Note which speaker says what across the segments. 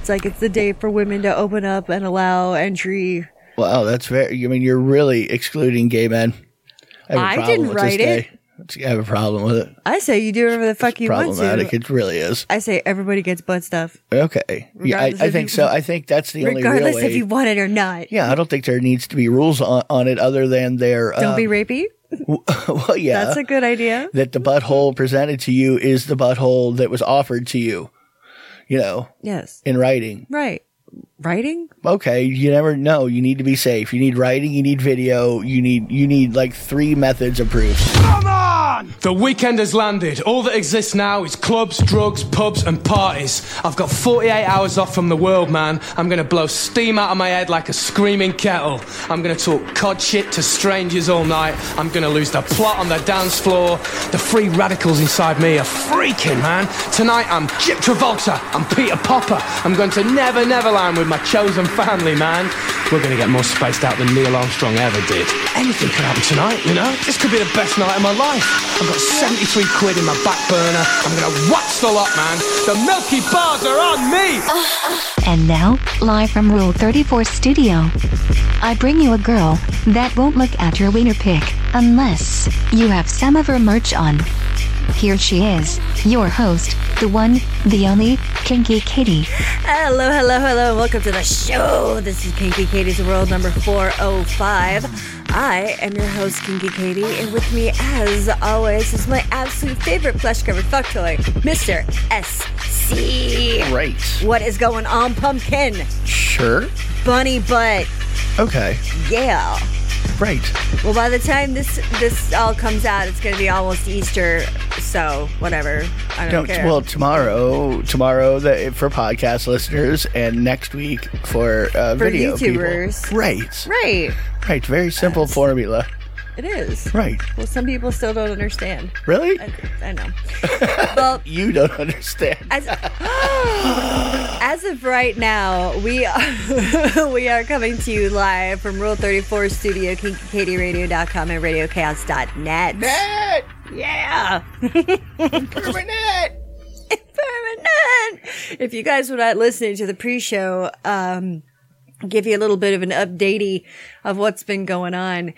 Speaker 1: It's like it's the day for women to open up and allow entry.
Speaker 2: Wow, that's very. I mean, you're really excluding gay men. have a
Speaker 1: I
Speaker 2: problem
Speaker 1: didn't
Speaker 2: with this
Speaker 1: write it.
Speaker 2: day. I have a problem with it.
Speaker 1: I say you do whatever the fuck you want
Speaker 2: Problematic.
Speaker 1: to.
Speaker 2: It really is.
Speaker 1: I say everybody gets butt stuff,
Speaker 2: Okay. Yeah, I,
Speaker 1: Regardless
Speaker 2: I
Speaker 1: if
Speaker 2: think
Speaker 1: you-
Speaker 2: so. I think that's the only real
Speaker 1: regardless
Speaker 2: way.
Speaker 1: if you want it or not.
Speaker 2: yeah, I don't think there needs to be rules on, on it other than there.
Speaker 1: Don't
Speaker 2: um,
Speaker 1: be rapey.
Speaker 2: well, yeah.
Speaker 1: That's a good idea.
Speaker 2: that the butthole presented to you is the butthole that was offered to you, you know,
Speaker 1: Yes.
Speaker 2: in writing.
Speaker 1: Right. Writing?
Speaker 2: Okay, you never know. You need to be safe. You need writing, you need video, you need you need like three methods of proof.
Speaker 3: The weekend has landed. All that exists now is clubs, drugs, pubs, and parties. I've got 48 hours off from the world, man. I'm gonna blow steam out of my head like a screaming kettle. I'm gonna talk cod shit to strangers all night. I'm gonna lose the plot on the dance floor. The free radicals inside me are freaking, man. Tonight I'm Jip Travolta. I'm Peter Popper. I'm going to Never Neverland with my chosen family, man. We're gonna get more spaced out than Neil Armstrong ever did. Anything could happen tonight, you know? This could be the best night of my life. I've got 73 quid in my back burner. I'm gonna watch the lot, man. The milky bars are on me.
Speaker 4: And now, live from Rule 34 Studio, I bring you a girl that won't look at your wiener pic unless you have some of her merch on. Here she is, your host, the one, the only, Kinky Katie.
Speaker 1: Hello, hello, hello, and welcome to the show. This is Kinky Katie's World number 405. I am your host, Kinky Katie, and with me, as always, is my absolute favorite flesh covered fuck toy, Mr. SC.
Speaker 2: Right.
Speaker 1: What is going on, pumpkin?
Speaker 2: Sure.
Speaker 1: Bunny butt.
Speaker 2: Okay.
Speaker 1: Yeah.
Speaker 2: Right.
Speaker 1: Well, by the time this this all comes out, it's going to be almost Easter, so whatever. I don't,
Speaker 2: Don't,
Speaker 1: care.
Speaker 2: well, tomorrow, tomorrow the, for podcast listeners, and next week for, uh,
Speaker 1: For
Speaker 2: video people.
Speaker 1: YouTubers.
Speaker 2: Right,
Speaker 1: right.
Speaker 2: right. Very simple formula.
Speaker 1: It is.
Speaker 2: Right.
Speaker 1: Well, some people still don't understand.
Speaker 2: Really?
Speaker 1: I, I know. well,
Speaker 2: You don't understand.
Speaker 1: as as of right now, we are, we are coming to you live from Rule 34 Studio, KinkyKatieRadio.com and RadioChaos.net.
Speaker 2: Net!
Speaker 1: Yeah,
Speaker 2: Permanent!
Speaker 1: permanent. If you guys were not listening to the pre-show, um, give you a little bit of an updatey of what's been going on.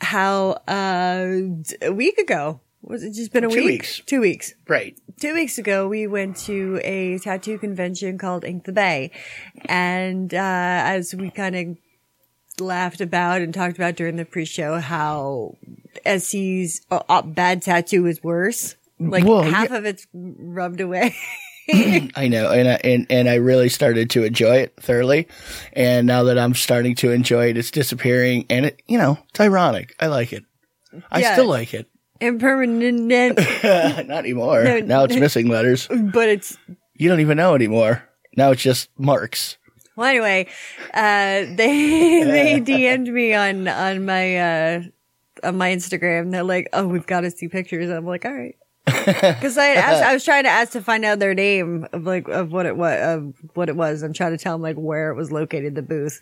Speaker 1: How uh, d- a week ago was it? Just been a
Speaker 2: Two
Speaker 1: week?
Speaker 2: weeks.
Speaker 1: Two weeks.
Speaker 2: Right.
Speaker 1: two weeks ago, we went to a tattoo convention called Ink the Bay. And uh, as we kind of laughed about and talked about during the pre show, how SC's uh, uh, bad tattoo is worse. Like
Speaker 2: Well,
Speaker 1: half
Speaker 2: yeah.
Speaker 1: of it's rubbed away.
Speaker 2: I know, and I, and and I really started to enjoy it thoroughly, and now that I'm starting to enjoy it, it's disappearing, and it you know it's ironic. I like it. I
Speaker 1: Yeah.
Speaker 2: still like it.
Speaker 1: Impermanent,
Speaker 2: Not anymore.
Speaker 1: No.
Speaker 2: now it's missing letters.
Speaker 1: but it's
Speaker 2: You don't even know anymore. Now it's just marks.
Speaker 1: Well, anyway, uh, they they DM'd me on on my uh, on my Instagram. They're like, "Oh, we've got to see pictures." I'm like, "All right," because I had asked, I was trying to ask to find out their name of like of what it was of what it was. I'm trying to tell them like where it was located, the booth.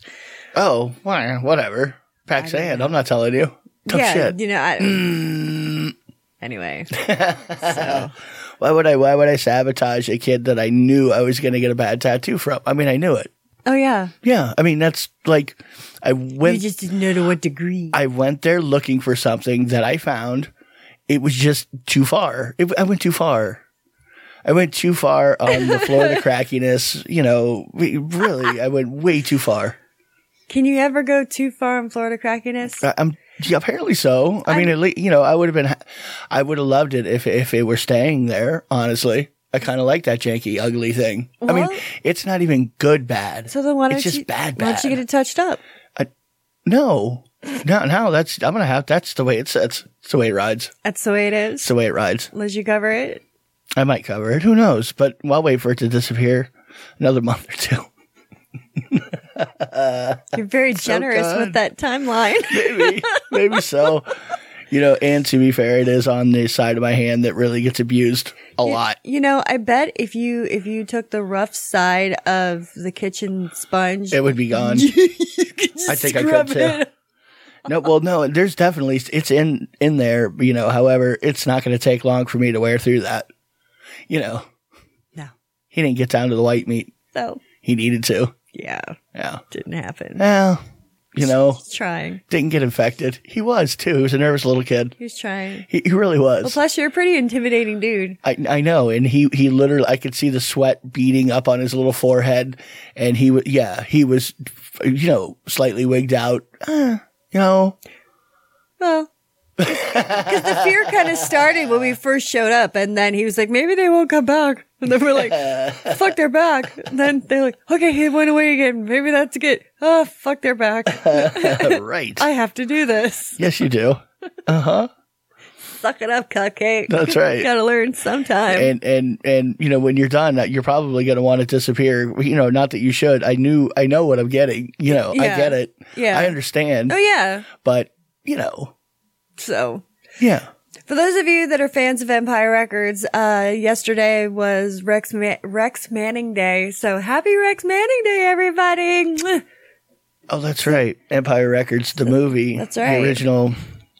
Speaker 2: Oh, why? Whatever. Pack sand. I'm not telling you. Tough
Speaker 1: yeah,
Speaker 2: Oh, shit. Hmm.
Speaker 1: you know. I, anyway, so
Speaker 2: Why would I? Why would I sabotage a kid that I knew I was going to get a bad tattoo from? I mean, I knew it.
Speaker 1: oh yeah,
Speaker 2: Yeah. I mean, that's like, I
Speaker 1: you
Speaker 2: went.
Speaker 1: just didn't know to what degree.
Speaker 2: I went there looking for something that I found. It was just too far. It, I went too far. I went too far on the Florida crackiness. You know, we- really, I went way too far.
Speaker 1: Can you ever go too far in Florida crackiness?
Speaker 2: I, I'm Uh, um, yeah, apparently so. I mean, at least you know, I would have been, ha- I would have loved it if if it were staying there. Honestly, I kind of like that janky, ugly thing. I mean,
Speaker 1: Well-
Speaker 2: it's not even good bad.
Speaker 1: so then why don't
Speaker 2: it's just
Speaker 1: you
Speaker 2: bad bad?
Speaker 1: why don't you get it touched up?
Speaker 2: no, no, no. That's I'm gonna have. That's the way it sets. It's the way it rides.
Speaker 1: That's the way it
Speaker 2: It's
Speaker 1: is.
Speaker 2: the way it rides.
Speaker 1: Unless you cover it.
Speaker 2: I might cover it. Who knows? But I'll wait for it to disappear another month or two.
Speaker 1: You're very generous with
Speaker 2: God.
Speaker 1: that timeline.
Speaker 2: Maybe, maybe so. You know, and to be fair, it is on the side of my hand that really gets abused a lot.
Speaker 1: you know, I bet if you if you took the rough side of the kitchen sponge,
Speaker 2: It would be gone. I think I could too. No, well, no, there's definitely it's in in there. You know, however, it's not going to take long for me to wear through that. You know,
Speaker 1: No.
Speaker 2: he didn't get down to the white meat.
Speaker 1: So
Speaker 2: he needed to.
Speaker 1: Yeah,
Speaker 2: Yeah.
Speaker 1: didn't happen.
Speaker 2: Well, you know,
Speaker 1: He's trying.
Speaker 2: didn't get infected. He was too. He was a nervous little kid.
Speaker 1: He was trying.
Speaker 2: He, he really
Speaker 1: Well,
Speaker 2: was.
Speaker 1: plus you're a pretty intimidating dude.
Speaker 2: I, I know, and he, he literally, I could see the sweat beading up on his little forehead, and he was, yeah, he was, you know, slightly wigged out. Uh, you know,
Speaker 1: Well, because the fear kind of started when we first showed up, and then he was like, "Maybe they won't come back," and then we're like, "Fuck, they're back." And then they're like, "Okay, he went away again. Maybe that's good." Oh, fuck, they're back.
Speaker 2: right.
Speaker 1: I have to do this.
Speaker 2: yes, you do.
Speaker 1: Suck it up, cupcake.
Speaker 2: That's right.
Speaker 1: Gotta learn sometime.
Speaker 2: and and and you know when you're done you're probably going to want to disappear you know not that you should i knew i know what i'm getting you know i
Speaker 1: Yeah.
Speaker 2: get it
Speaker 1: Yeah.
Speaker 2: i understand
Speaker 1: oh yeah.
Speaker 2: but you know
Speaker 1: So
Speaker 2: yeah
Speaker 1: For those of you that are fans of Empire Records, uh, yesterday was Rex Ma- Rex Manning Day, so happy Rex Manning Day, everybody! Mwah.
Speaker 2: oh that's right empire records the movie
Speaker 1: That's right.
Speaker 2: the original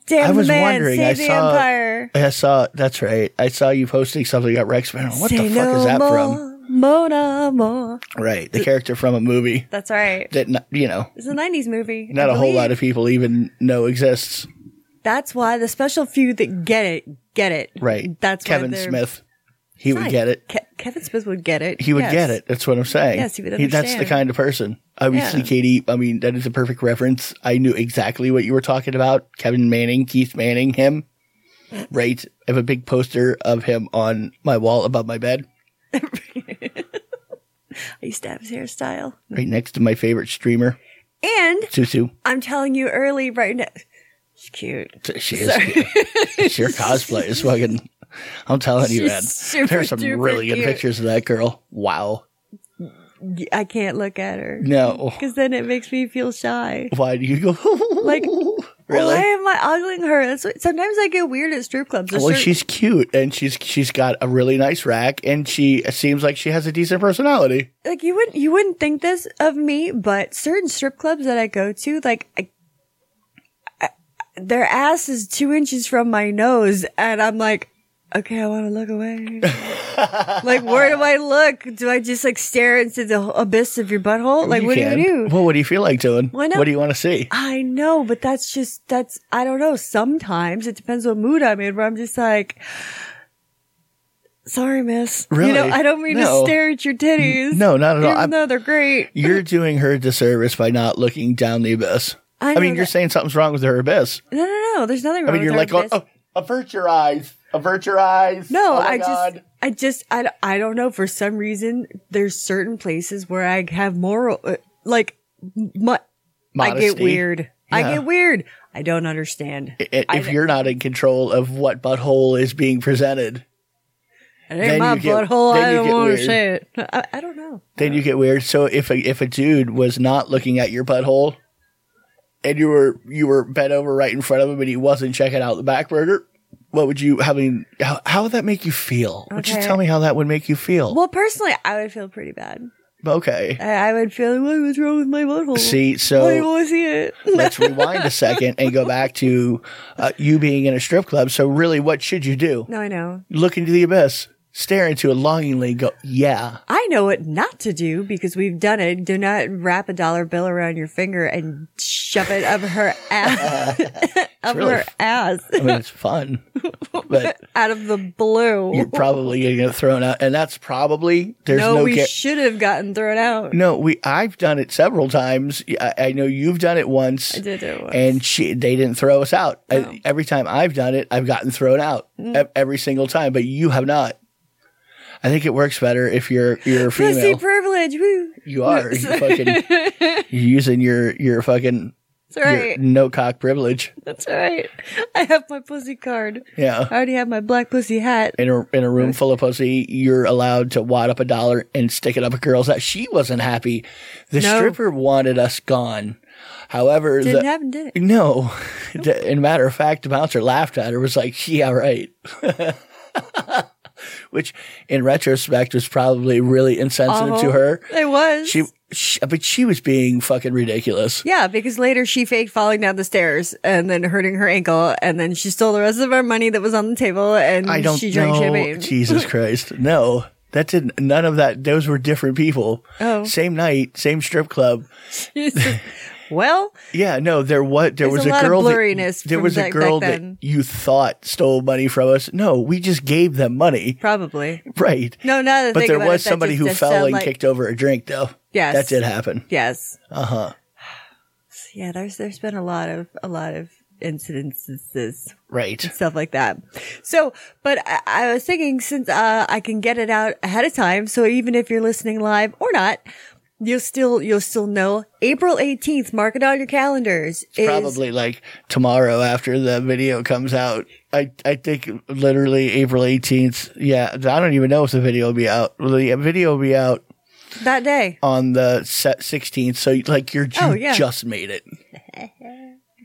Speaker 1: Damn
Speaker 2: I
Speaker 1: the
Speaker 2: was
Speaker 1: man,
Speaker 2: wondering,
Speaker 1: save
Speaker 2: I
Speaker 1: the
Speaker 2: saw-
Speaker 1: empire.
Speaker 2: i saw that's right i saw you posting something about rex Manning. what the
Speaker 1: Say
Speaker 2: fuck
Speaker 1: no
Speaker 2: is that
Speaker 1: more,
Speaker 2: from
Speaker 1: Mona more.
Speaker 2: right the character from a movie
Speaker 1: That's right.
Speaker 2: that not, you know
Speaker 1: It's a '90s movie.
Speaker 2: not
Speaker 1: I
Speaker 2: a whole
Speaker 1: believe.
Speaker 2: lot of people even know exists
Speaker 1: That's why the special few that get it get it.
Speaker 2: right
Speaker 1: That's why
Speaker 2: kevin
Speaker 1: they're-
Speaker 2: smith he would
Speaker 1: Fine.
Speaker 2: get it
Speaker 1: Ke- Kevin Smith would get it.
Speaker 2: He would
Speaker 1: Yes.
Speaker 2: get it. That's what I'm saying.
Speaker 1: Yes, he would
Speaker 2: that's the
Speaker 1: understand.
Speaker 2: kind of person. Obviously,
Speaker 1: Yeah.
Speaker 2: Katie, I mean, that is a perfect reference. I knew exactly what you were talking about. Kevin Manning, Keith Manning, him. Right. I have a big poster of him on my wall above my bed,
Speaker 1: I used to have his hairstyle,
Speaker 2: right next to my favorite streamer,
Speaker 1: and
Speaker 2: Susu.
Speaker 1: I'm telling you, early right now, she's cute.
Speaker 2: She is cute. Your cosplay is fucking. I'm telling you,
Speaker 1: She's
Speaker 2: man.
Speaker 1: super
Speaker 2: There's some
Speaker 1: duper
Speaker 2: really good
Speaker 1: cute.
Speaker 2: pictures of that girl. Wow.
Speaker 1: I can't look at her
Speaker 2: No.
Speaker 1: because then it makes me feel shy.
Speaker 2: Why do you go?
Speaker 1: Like,
Speaker 2: really?
Speaker 1: Why am I ogling her? That's what, sometimes I get weird at strip clubs. There's
Speaker 2: Well,
Speaker 1: certain-
Speaker 2: she's cute, and she's she's got a really nice rack, and she seems like she has a decent personality.
Speaker 1: like you wouldn't you wouldn't think this of me, but certain strip clubs that I go to, like I, I, their ass is two inches from my nose, and I'm like, okay, I want to look away. like, where do I look? Do I just like stare into the abyss of your butthole? Like, what
Speaker 2: can.
Speaker 1: do you do?
Speaker 2: Well, what do you feel like doing?
Speaker 1: Why not?
Speaker 2: What do you want to see?
Speaker 1: I know, but that's just that's I don't know. Sometimes it depends what mood I'm in. Where I'm just like, sorry, miss. You know,
Speaker 2: Really?
Speaker 1: I don't mean
Speaker 2: No.
Speaker 1: to stare at your titties.
Speaker 2: no, not at all.
Speaker 1: Even
Speaker 2: I'm-
Speaker 1: though they're great.
Speaker 2: You're doing her a disservice by not looking down the abyss.
Speaker 1: I
Speaker 2: I,
Speaker 1: know
Speaker 2: mean, you're
Speaker 1: that-
Speaker 2: saying something's wrong with her abyss.
Speaker 1: No, no, no. There's nothing
Speaker 2: I
Speaker 1: wrong.
Speaker 2: mean, you're like,
Speaker 1: with
Speaker 2: going,
Speaker 1: her
Speaker 2: oh, avert your eyes, avert your eyes.
Speaker 1: no,
Speaker 2: Oh my
Speaker 1: I
Speaker 2: God.
Speaker 1: just, I just, I, don't- I don't know. For some reason, there's certain places where I have moral, uh, like, my, I get
Speaker 2: Modesty.
Speaker 1: weird. I
Speaker 2: Yeah.
Speaker 1: get weird. I don't understand.
Speaker 2: I- I-
Speaker 1: I-
Speaker 2: If you're not in control of what butthole is being presented,
Speaker 1: It
Speaker 2: then
Speaker 1: ain't my
Speaker 2: you get-
Speaker 1: butthole.
Speaker 2: then
Speaker 1: I
Speaker 2: you
Speaker 1: don't
Speaker 2: get
Speaker 1: want
Speaker 2: weird.
Speaker 1: to say it. I, I don't know.
Speaker 2: then you get weird. So if a, if a dude was not looking at your butthole, and you were you were bent over right in front of him, and he wasn't checking out the back burner, what would you? I mean, how, how would that make you feel? Would you
Speaker 1: Okay.
Speaker 2: tell me how that would make you feel?
Speaker 1: Well, personally, I would feel pretty bad.
Speaker 2: okay.
Speaker 1: I, I would feel like, what's wrong with my butthole?
Speaker 2: See,
Speaker 1: Why do
Speaker 2: so
Speaker 1: I see it?
Speaker 2: let's rewind a second and go back to uh, you being in a strip club. So really, what should you do?
Speaker 1: No, I know.
Speaker 2: Look into the abyss, stare into it longingly, and go, yeah,
Speaker 1: I know what not to do because we've done it. Do not wrap a dollar bill around your finger and shove it up her ass, up
Speaker 2: really
Speaker 1: her
Speaker 2: f-
Speaker 1: ass,
Speaker 2: I mean it's fun, but.
Speaker 1: out of the blue.
Speaker 2: You're probably gonna get thrown out, and that's probably there's
Speaker 1: no,
Speaker 2: no.
Speaker 1: we
Speaker 2: ca-
Speaker 1: should have gotten thrown out.
Speaker 2: no, we. I've done it several times. I, I know you've done it once.
Speaker 1: I did do it once.
Speaker 2: And she, they didn't throw us out. I- every time I've done it, I've gotten thrown out
Speaker 1: Mm.
Speaker 2: E- every single time. But you have not. I think it works better if you're you're
Speaker 1: Pussy
Speaker 2: female.
Speaker 1: privilege. Woo.
Speaker 2: you are you fucking you're using your your fucking
Speaker 1: That's right.
Speaker 2: no cock privilege.
Speaker 1: That's right. I have my pussy card.
Speaker 2: Yeah.
Speaker 1: I already have my black pussy hat.
Speaker 2: in a in a room full of pussy, you're allowed to wad up a dollar and stick it up a girl's ass. She wasn't happy. The
Speaker 1: No.
Speaker 2: stripper wanted us gone. However,
Speaker 1: Didn't
Speaker 2: the,
Speaker 1: happen, did it?
Speaker 2: no. The- in matter of fact, the bouncer laughed at her. Was like, yeah, right. Which, in retrospect, was probably really insensitive to
Speaker 1: Uh-huh.
Speaker 2: her.
Speaker 1: It was.
Speaker 2: She, she, but she was being fucking ridiculous.
Speaker 1: Yeah, because later she faked falling down the stairs and then hurting her ankle, and then Mm, she stole the rest of our money that was on the table, and
Speaker 2: I don't
Speaker 1: she drank
Speaker 2: know.
Speaker 1: champagne.
Speaker 2: Jesus Christ, no. That didn't, none of that, those were different people.
Speaker 1: Oh.
Speaker 2: Same night, same strip club.
Speaker 1: well,
Speaker 2: Yeah, no, there what there
Speaker 1: There's
Speaker 2: was
Speaker 1: a
Speaker 2: a,
Speaker 1: lot of
Speaker 2: girl that-
Speaker 1: blurriness
Speaker 2: there
Speaker 1: from
Speaker 2: was a
Speaker 1: back-
Speaker 2: girl
Speaker 1: back
Speaker 2: that
Speaker 1: then.
Speaker 2: you thought stole money from us. No, we just gave them money.
Speaker 1: probably.
Speaker 2: Right.
Speaker 1: No, now that I
Speaker 2: But
Speaker 1: think
Speaker 2: there
Speaker 1: about
Speaker 2: was
Speaker 1: it, that
Speaker 2: somebody
Speaker 1: just
Speaker 2: who
Speaker 1: does
Speaker 2: fell
Speaker 1: sound
Speaker 2: and
Speaker 1: like-
Speaker 2: kicked over a drink though.
Speaker 1: Yes.
Speaker 2: That did happen.
Speaker 1: Yes.
Speaker 2: Uh-huh.
Speaker 1: Yeah, there's there's been a lot of a lot of incidences
Speaker 2: Right.
Speaker 1: stuff like that. So, but I, I was thinking since uh, I can get it out ahead of time, so even if you're listening live or not, you'll still you'll still know April 18th. Mark it on your calendars. Is,
Speaker 2: Probably like tomorrow after the video comes out. I, I think literally April 18th. Yeah. I don't even know if the video will be out. Well, The video will be out
Speaker 1: that day.
Speaker 2: on the se- 16th. So like you're, you
Speaker 1: Oh, yeah.
Speaker 2: just made it.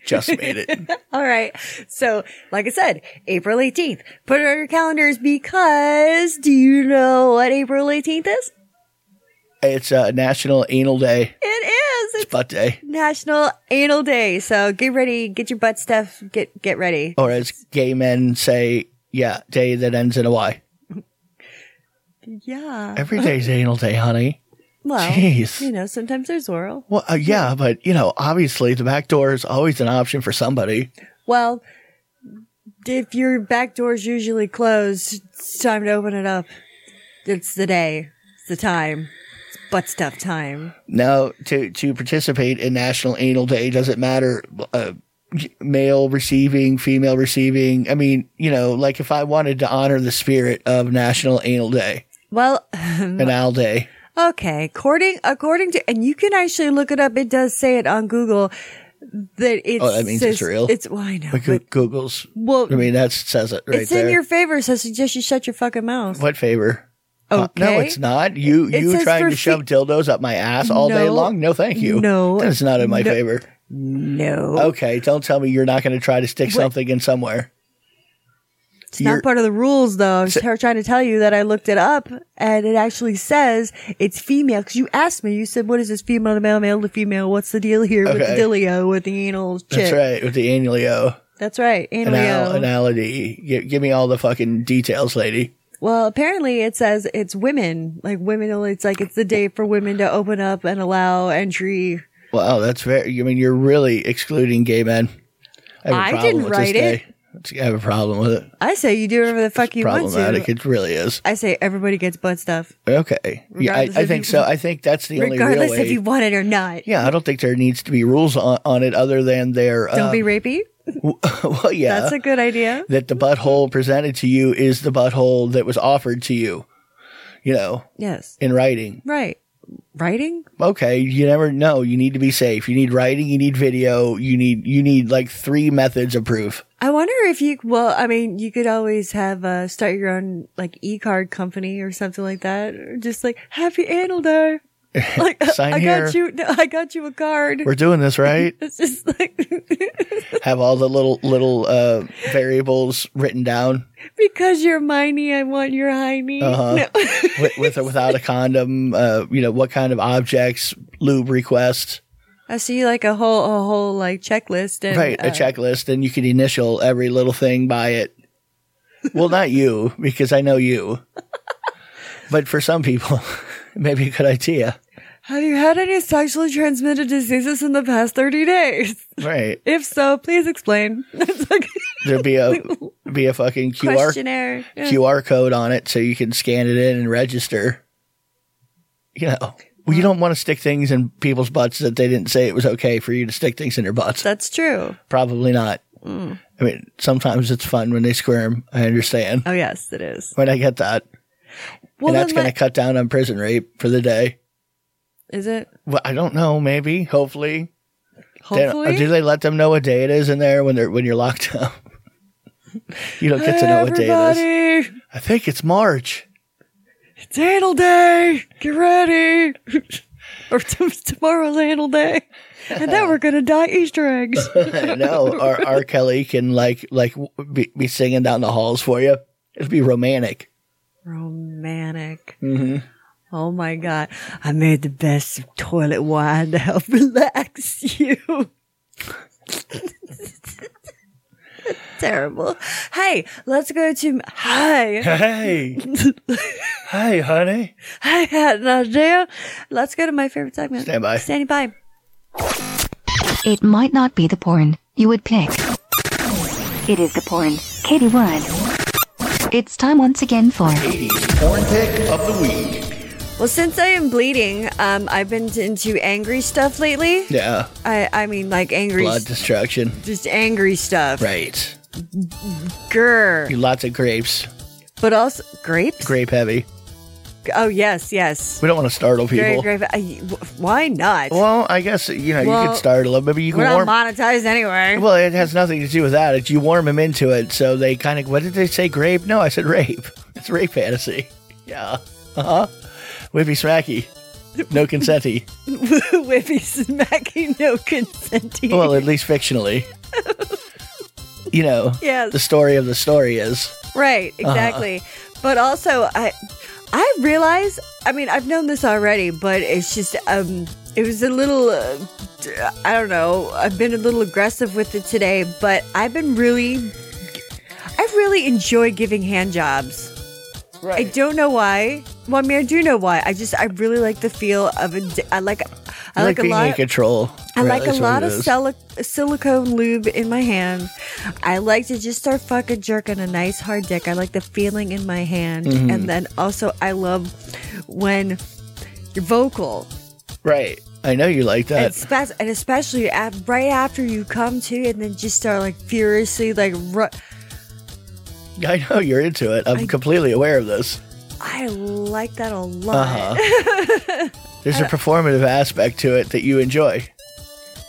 Speaker 2: just made it.
Speaker 1: All right. So, like I said, April 18th. Put it on your calendars because do you know what April 18th is?
Speaker 2: It's uh, National Anal Day,
Speaker 1: It is. It's
Speaker 2: Butt Day,
Speaker 1: National Anal Day. So get ready, get your butt stuff, get get ready.
Speaker 2: or as gay men say, yeah, day that ends in a Y.
Speaker 1: Yeah.
Speaker 2: Every day's anal day, honey.
Speaker 1: Well,
Speaker 2: Jeez.
Speaker 1: you know, sometimes there's oral.
Speaker 2: Well, uh, yeah, but you know, obviously the back door is always an option for somebody.
Speaker 1: Well, if your back door's usually closed, it's time to open it up. It's the day. It's the time. It's butt stuff time.
Speaker 2: Now, to to participate in National Anal Day doesn't matter. Uh, male receiving female receiving i mean you know like if i wanted to honor the spirit of national anal day
Speaker 1: Well, Mm-hmm.
Speaker 2: and al day
Speaker 1: Okay, according according to, and you can actually look it up. It does say it on Google that it's.
Speaker 2: Oh, that means it's
Speaker 1: says-
Speaker 2: real?
Speaker 1: It's well, I know.
Speaker 2: But Goo- google's
Speaker 1: Well,
Speaker 2: i mean that says it right
Speaker 1: it's
Speaker 2: there
Speaker 1: in your favor, so I suggest you shut your fucking mouth.
Speaker 2: What favor?
Speaker 1: Okay.
Speaker 2: Uh, no, it's not. You
Speaker 1: It
Speaker 2: you
Speaker 1: says
Speaker 2: trying
Speaker 1: for
Speaker 2: to shove dildos up my ass all day
Speaker 1: No.
Speaker 2: long? No, thank you.
Speaker 1: No.
Speaker 2: That's not in my
Speaker 1: No.
Speaker 2: favor.
Speaker 1: No,
Speaker 2: Okay, don't tell me you're not going to try to stick something in somewhere.
Speaker 1: it's not part of the rules, though. I'm try- trying to tell you that I looked it up, and it actually says it's female. Because you asked me, you said, "What is this female to male, male to female? What's the deal here with the
Speaker 2: Okay.
Speaker 1: dealio with the anal shit?"
Speaker 2: That's right, with the annulio.
Speaker 1: That's right. Anal.
Speaker 2: Anal, anality. Gi- give me all the fucking details, lady.
Speaker 1: Well, apparently it says it's women, like women. It's like it's the day for women to open up and allow entry.
Speaker 2: Wow, that's very. I mean, you're really excluding gay men. I, have a
Speaker 1: I
Speaker 2: problem
Speaker 1: didn't
Speaker 2: with this
Speaker 1: write
Speaker 2: day. I have a problem with it.
Speaker 1: I say you do whatever the fuck you want
Speaker 2: Problematic.
Speaker 1: to.
Speaker 2: It really is.
Speaker 1: I say everybody gets butt stuff,
Speaker 2: Okay. Yeah, I,
Speaker 1: Regardless
Speaker 2: I
Speaker 1: if
Speaker 2: think
Speaker 1: you-
Speaker 2: so. I think that's the only real
Speaker 1: regardless
Speaker 2: way.
Speaker 1: if you want it or not.
Speaker 2: Yeah, I don't think there needs to be rules on, on it other than their.
Speaker 1: Don't
Speaker 2: uh,
Speaker 1: be rapey.
Speaker 2: well, yeah,
Speaker 1: That's a good idea.
Speaker 2: that the butthole presented to you is the butthole that was offered to you. You know,
Speaker 1: Yes.
Speaker 2: in writing.
Speaker 1: Right. Writing?
Speaker 2: Okay, you never know. You need to be safe. You need writing. You need video. You need you need like three methods of proof.
Speaker 1: I wonder if you, well, I mean, you could always have, uh, start your own, like, e-card company or something like that. Or just like, happy anal day. Like,
Speaker 2: Sign
Speaker 1: I
Speaker 2: here.
Speaker 1: got you, no, I got you a card.
Speaker 2: We're doing this right.
Speaker 1: it's just like,
Speaker 2: Have all the little little uh, variables written down
Speaker 1: Because you're miney, I want your hiney.
Speaker 2: Uh-huh.
Speaker 1: No.
Speaker 2: with, with or without a condom. Uh, you know what kind of objects, lube requests.
Speaker 1: I see like a whole a whole like checklist and
Speaker 2: right a
Speaker 1: uh,
Speaker 2: checklist and you can initial every little thing by it well not you because i know you but for some people maybe a good idea
Speaker 1: Have you had any sexually transmitted diseases in the past thirty days?
Speaker 2: right
Speaker 1: If so, please explain. It's like
Speaker 2: there'd be a be a fucking
Speaker 1: a
Speaker 2: qr
Speaker 1: questionnaire. Yeah.
Speaker 2: qr code on it so you can scan it in and register you know well, you don't want to stick things in people's butts that they didn't say it was okay for you to stick things in their butts.
Speaker 1: That's true.
Speaker 2: Probably not.
Speaker 1: Mm.
Speaker 2: I mean, sometimes it's fun when they squirm. I understand.
Speaker 1: Oh yes, it is.
Speaker 2: When I get that,
Speaker 1: Well,
Speaker 2: and that's
Speaker 1: then
Speaker 2: going to cut down on prison rape for the day.
Speaker 1: let- is it?
Speaker 2: Well, I don't know. Maybe, hopefully, They don't-
Speaker 1: Hopefully,
Speaker 2: do they let them know what day it is in there when they're when you're locked up? you don't get to know what day it is.
Speaker 1: everybody,
Speaker 2: I think it's March.
Speaker 1: it's anal day. Get ready. or t- tomorrow's anal day, and then we're gonna die Easter eggs.
Speaker 2: no, R. R. Kelly can like like w- be, be singing down the halls for you. It'd be romantic.
Speaker 1: romantic.
Speaker 2: Mm-hmm.
Speaker 1: Oh my God. I made the best of toilet wine to help relax you. terrible. Hey, let's go to. Hey,
Speaker 2: Hey. hey, honey.
Speaker 1: I had an idea. Let's go to my favorite segment.
Speaker 2: Stand by.
Speaker 1: Standing by.
Speaker 4: It might not be the porn you would pick. It is the porn Katie would. It's time once again for
Speaker 2: 80s porn pick of the week.
Speaker 1: Well, since I am bleeding, um, I've been into angry stuff lately.
Speaker 2: Yeah.
Speaker 1: I, I mean, like angry,
Speaker 2: Blood destruction.
Speaker 1: just angry stuff.
Speaker 2: Right.
Speaker 1: Grr.
Speaker 2: Lots of grapes.
Speaker 1: But also grapes.
Speaker 2: Grape heavy.
Speaker 1: Oh yes, yes.
Speaker 2: We don't want to startle people.
Speaker 1: Grape, grape. I, wh- why not?
Speaker 2: Well, I guess you know you
Speaker 1: Well,
Speaker 2: could start a little. Maybe you
Speaker 1: We're
Speaker 2: can warm.
Speaker 1: not monetized anyway.
Speaker 2: well, it has nothing to do with that. It's you warm them into it, so they kind of. What did they say? Grape? No, I said rape. It's rape fantasy. Yeah. Uh huh. Whippy smacky. No consenti.
Speaker 1: Whippy smacking, no consenting.
Speaker 2: well, at least fictionally. You know.
Speaker 1: Yes.
Speaker 2: The story of the story is
Speaker 1: Right, exactly. But also, I I realize. I mean, I've known this already, but it's just um, it was a little. Uh, d- I don't know. I've been a little aggressive with it today, but I've been really. I really enjoy giving hand jobs. I don't know why. Well, I mean, I do know why. I just I really like the feel of a. d- I like. I
Speaker 2: I
Speaker 1: like,
Speaker 2: like,
Speaker 1: a
Speaker 2: being
Speaker 1: lot.
Speaker 2: in control.
Speaker 1: I
Speaker 2: Right,
Speaker 1: like a
Speaker 2: that's what
Speaker 1: lot
Speaker 2: it
Speaker 1: of
Speaker 2: is.
Speaker 1: silic- silicone lube in my hand. I like to just start fucking jerking a nice hard dick. I like the feeling in my hand.
Speaker 2: Mm-hmm.
Speaker 1: And then also, I love when you're vocal
Speaker 2: Right. I know you like
Speaker 1: and,
Speaker 2: that.
Speaker 1: spe- and especially at, right after you come to and then just start like furiously, like, ru-
Speaker 2: I know you're into it. I'm completely aware of this.
Speaker 1: I like that a lot.
Speaker 2: Uh-huh. There's a performative aspect to it that you enjoy.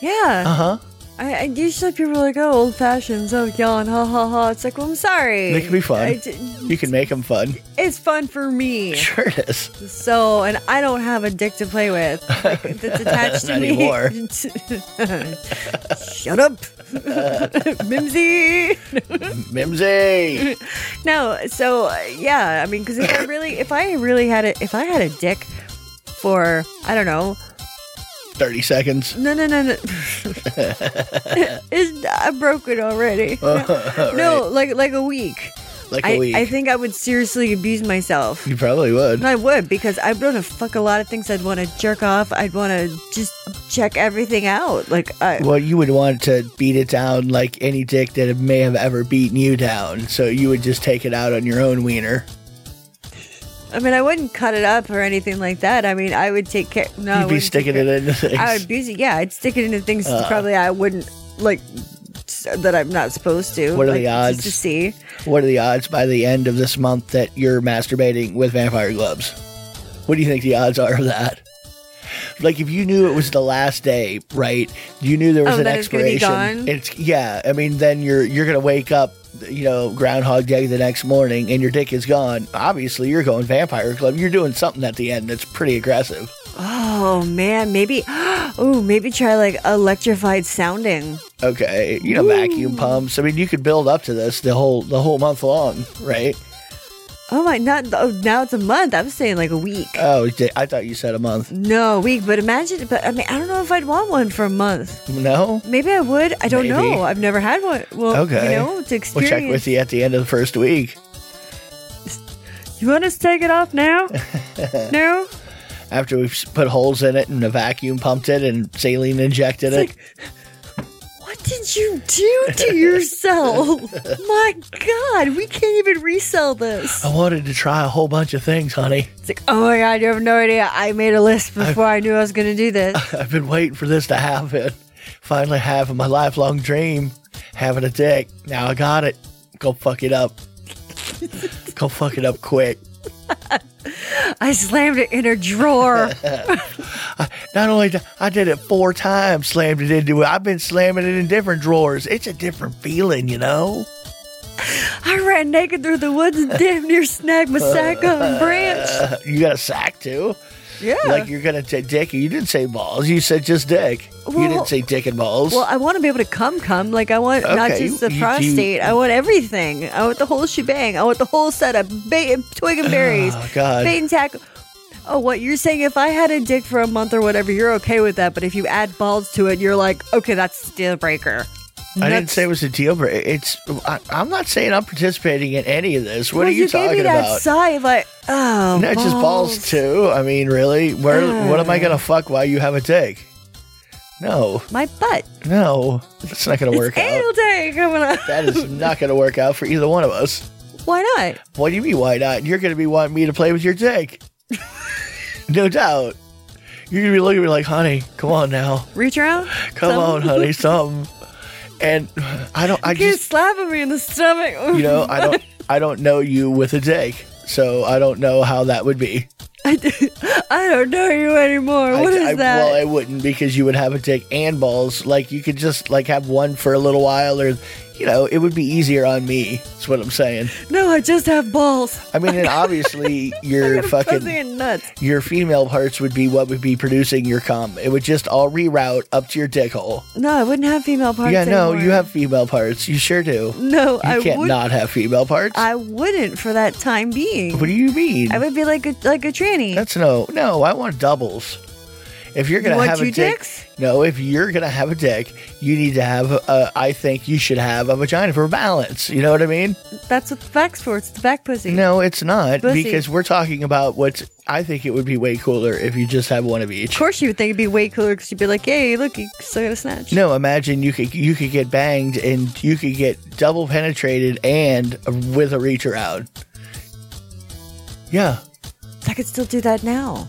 Speaker 1: Yeah.
Speaker 2: Uh huh.
Speaker 1: I, I usually people are like, oh, old fashioned, oh, yawn, ha ha ha. It's like, well, I'm sorry.
Speaker 2: They can be fun.
Speaker 1: I d-
Speaker 2: You can make them fun.
Speaker 1: it's fun for me.
Speaker 2: Sure it is.
Speaker 1: So, and I don't have a dick to play with like, that's attached to
Speaker 2: Not
Speaker 1: me.
Speaker 2: anymore.
Speaker 1: Shut up, Mimsy.
Speaker 2: Mimsy.
Speaker 1: No, so uh, yeah, I mean, because if I really, if I really had it, if I had a dick for, I don't know,
Speaker 2: 30 seconds.
Speaker 1: no, no, no, no, It's- I broke it already. No, like like a week.
Speaker 2: Like a
Speaker 1: I
Speaker 2: week.
Speaker 1: I think I would seriously abuse myself.
Speaker 2: you probably would.
Speaker 1: I would because I'd want to fuck a lot of things. I'd want to jerk off. I'd want to just check everything out. Like, I,
Speaker 2: Well, you would want to beat it down like any dick that may have ever beaten you down. So you would just take it out on your own wiener.
Speaker 1: I mean, I wouldn't cut it up or anything like that. I mean, I would take care. No, I
Speaker 2: You'd be
Speaker 1: wouldn't
Speaker 2: sticking
Speaker 1: take
Speaker 2: it
Speaker 1: care-
Speaker 2: into things. Uh,
Speaker 1: I would abuse it. Yeah, I'd stick it into things probably I wouldn't like s- that I'm not supposed to.
Speaker 2: What are
Speaker 1: like,
Speaker 2: the odds?
Speaker 1: Just to see.
Speaker 2: what are the odds by the end of this month that you're masturbating with vampire gloves? What do you think the odds are of that? Like if you knew it was the last day, right? You knew there was
Speaker 1: Oh,
Speaker 2: an
Speaker 1: that it's gonna be
Speaker 2: expiration.
Speaker 1: gone?
Speaker 2: It's yeah. I mean, then you're you're gonna wake up, you know, Groundhog Day the next morning, and your dick is gone. Obviously, you're going vampire club. You're doing something at the end that's pretty aggressive.
Speaker 1: Oh man, maybe. Oh, maybe try like electrified sounding.
Speaker 2: Okay, you know, vacuum pumps. I mean, you could build up to this the whole the whole month long, right?
Speaker 1: Oh my, not oh, now it's a month. I'm saying like a week.
Speaker 2: Oh, I thought you said a month.
Speaker 1: no, a week. But imagine. But I mean, I don't know if I'd want one for a month.
Speaker 2: No.
Speaker 1: Maybe I would. I don't
Speaker 2: Maybe.
Speaker 1: know. I've never had one. Well,
Speaker 2: Okay.
Speaker 1: you know, to
Speaker 2: We'll
Speaker 1: experience.
Speaker 2: check with you at the end of the first week.
Speaker 1: you. want us to take it off now? no.
Speaker 2: After we've s- put holes in it and a vacuum pumped it and saline injected it.
Speaker 1: It's What did you do to yourself? My God, we can't even resell this.
Speaker 2: I wanted to try a whole bunch of things, honey.
Speaker 1: It's like, oh my God, you have no idea. I made a list before I knew I was going to do this.
Speaker 2: I've been waiting for this to happen. Finally having my lifelong dream, having a dick. Now I got it. Go fuck it up. Go fuck it up quick.
Speaker 1: I slammed it in a drawer.
Speaker 2: Not only did I did it four times, slammed it into it. I've been slamming it in different drawers. It's a different feeling, you know.
Speaker 1: I ran naked through the woods and damn near snagged my sack up and branch.
Speaker 2: Uh, You got a sack too.
Speaker 1: Yeah.
Speaker 2: Like you're gonna take dick. You didn't say balls. You said just dick. you
Speaker 1: Well-
Speaker 2: didn't say dick and balls.
Speaker 1: Well, I want to be able to come, come. Like I want not
Speaker 2: Okay,
Speaker 1: just the
Speaker 2: you- you-
Speaker 1: prostate. I want everything. I want the whole shebang. I want the whole setup. Ba- twig and berries.
Speaker 2: Oh, God.
Speaker 1: Bait and tackle. Oh, what you're saying? If I had a dick for a month or whatever, you're okay with that. But if you add balls to it, you're like, okay, that's a deal breaker.
Speaker 2: I didn't
Speaker 1: That's-
Speaker 2: say it was a deal breaker. It's I, I'm not saying I'm participating in any of this. What
Speaker 1: well,
Speaker 2: are you,
Speaker 1: gave
Speaker 2: talking
Speaker 1: me that
Speaker 2: about?
Speaker 1: sigh of like, oh,
Speaker 2: No, it's just balls too. I mean, really, where? What am I
Speaker 1: Uh.
Speaker 2: gonna fuck while you have a dick? No,
Speaker 1: My butt.
Speaker 2: no, that's not gonna work out.
Speaker 1: Anal day coming up.
Speaker 2: That is not gonna work out for either one of us.
Speaker 1: Why not?
Speaker 2: What do you mean? Why not? You're gonna be wanting me to play with your dick, no doubt. You're gonna be looking at me like, honey, come on now,
Speaker 1: Reach around.
Speaker 2: come on, honey, something. And I don't. I
Speaker 1: You're
Speaker 2: just
Speaker 1: slapping me in the stomach.
Speaker 2: you know i don't i don't know you with a dick so i don't know how that would be
Speaker 1: I, d- I don't know you anymore.
Speaker 2: I-
Speaker 1: What is
Speaker 2: I,
Speaker 1: that?
Speaker 2: well i wouldn't because you would have a dick and balls like you could just like have one for a little while or you know it would be easier on me that's what i'm saying
Speaker 1: no, I just have balls.
Speaker 2: i mean and obviously
Speaker 1: I
Speaker 2: your
Speaker 1: got a pussy
Speaker 2: fucking
Speaker 1: and nuts.
Speaker 2: your female parts would be what would be producing your cum it would just all reroute up to your dick hole
Speaker 1: No, I wouldn't have female parts.
Speaker 2: yeah no
Speaker 1: anymore.
Speaker 2: you have female parts you sure do you
Speaker 1: No, I
Speaker 2: can't
Speaker 1: would.
Speaker 2: not have female parts
Speaker 1: I wouldn't for that time being.
Speaker 2: what do you mean
Speaker 1: I would be like a like a tranny.
Speaker 2: That's no, no. I want doubles. If you're gonna
Speaker 1: want
Speaker 2: have a
Speaker 1: two
Speaker 2: dick,
Speaker 1: dicks?
Speaker 2: no. If you're gonna have a dick, you need to have. A, I think you should have a vagina for balance. You know what I mean?
Speaker 1: That's what the back's for. It's the back pussy.
Speaker 2: No, it's not
Speaker 1: Pussy.
Speaker 2: because we're talking about what's. I think it would be way cooler if you just have one of
Speaker 1: Of
Speaker 2: each.
Speaker 1: course, you would think it'd be way cooler because you'd be like, "Hey, look, you still got a snatch."
Speaker 2: No, imagine you could you could get banged and you could get double penetrated and with a reach around. Yeah.
Speaker 1: I could still do that now,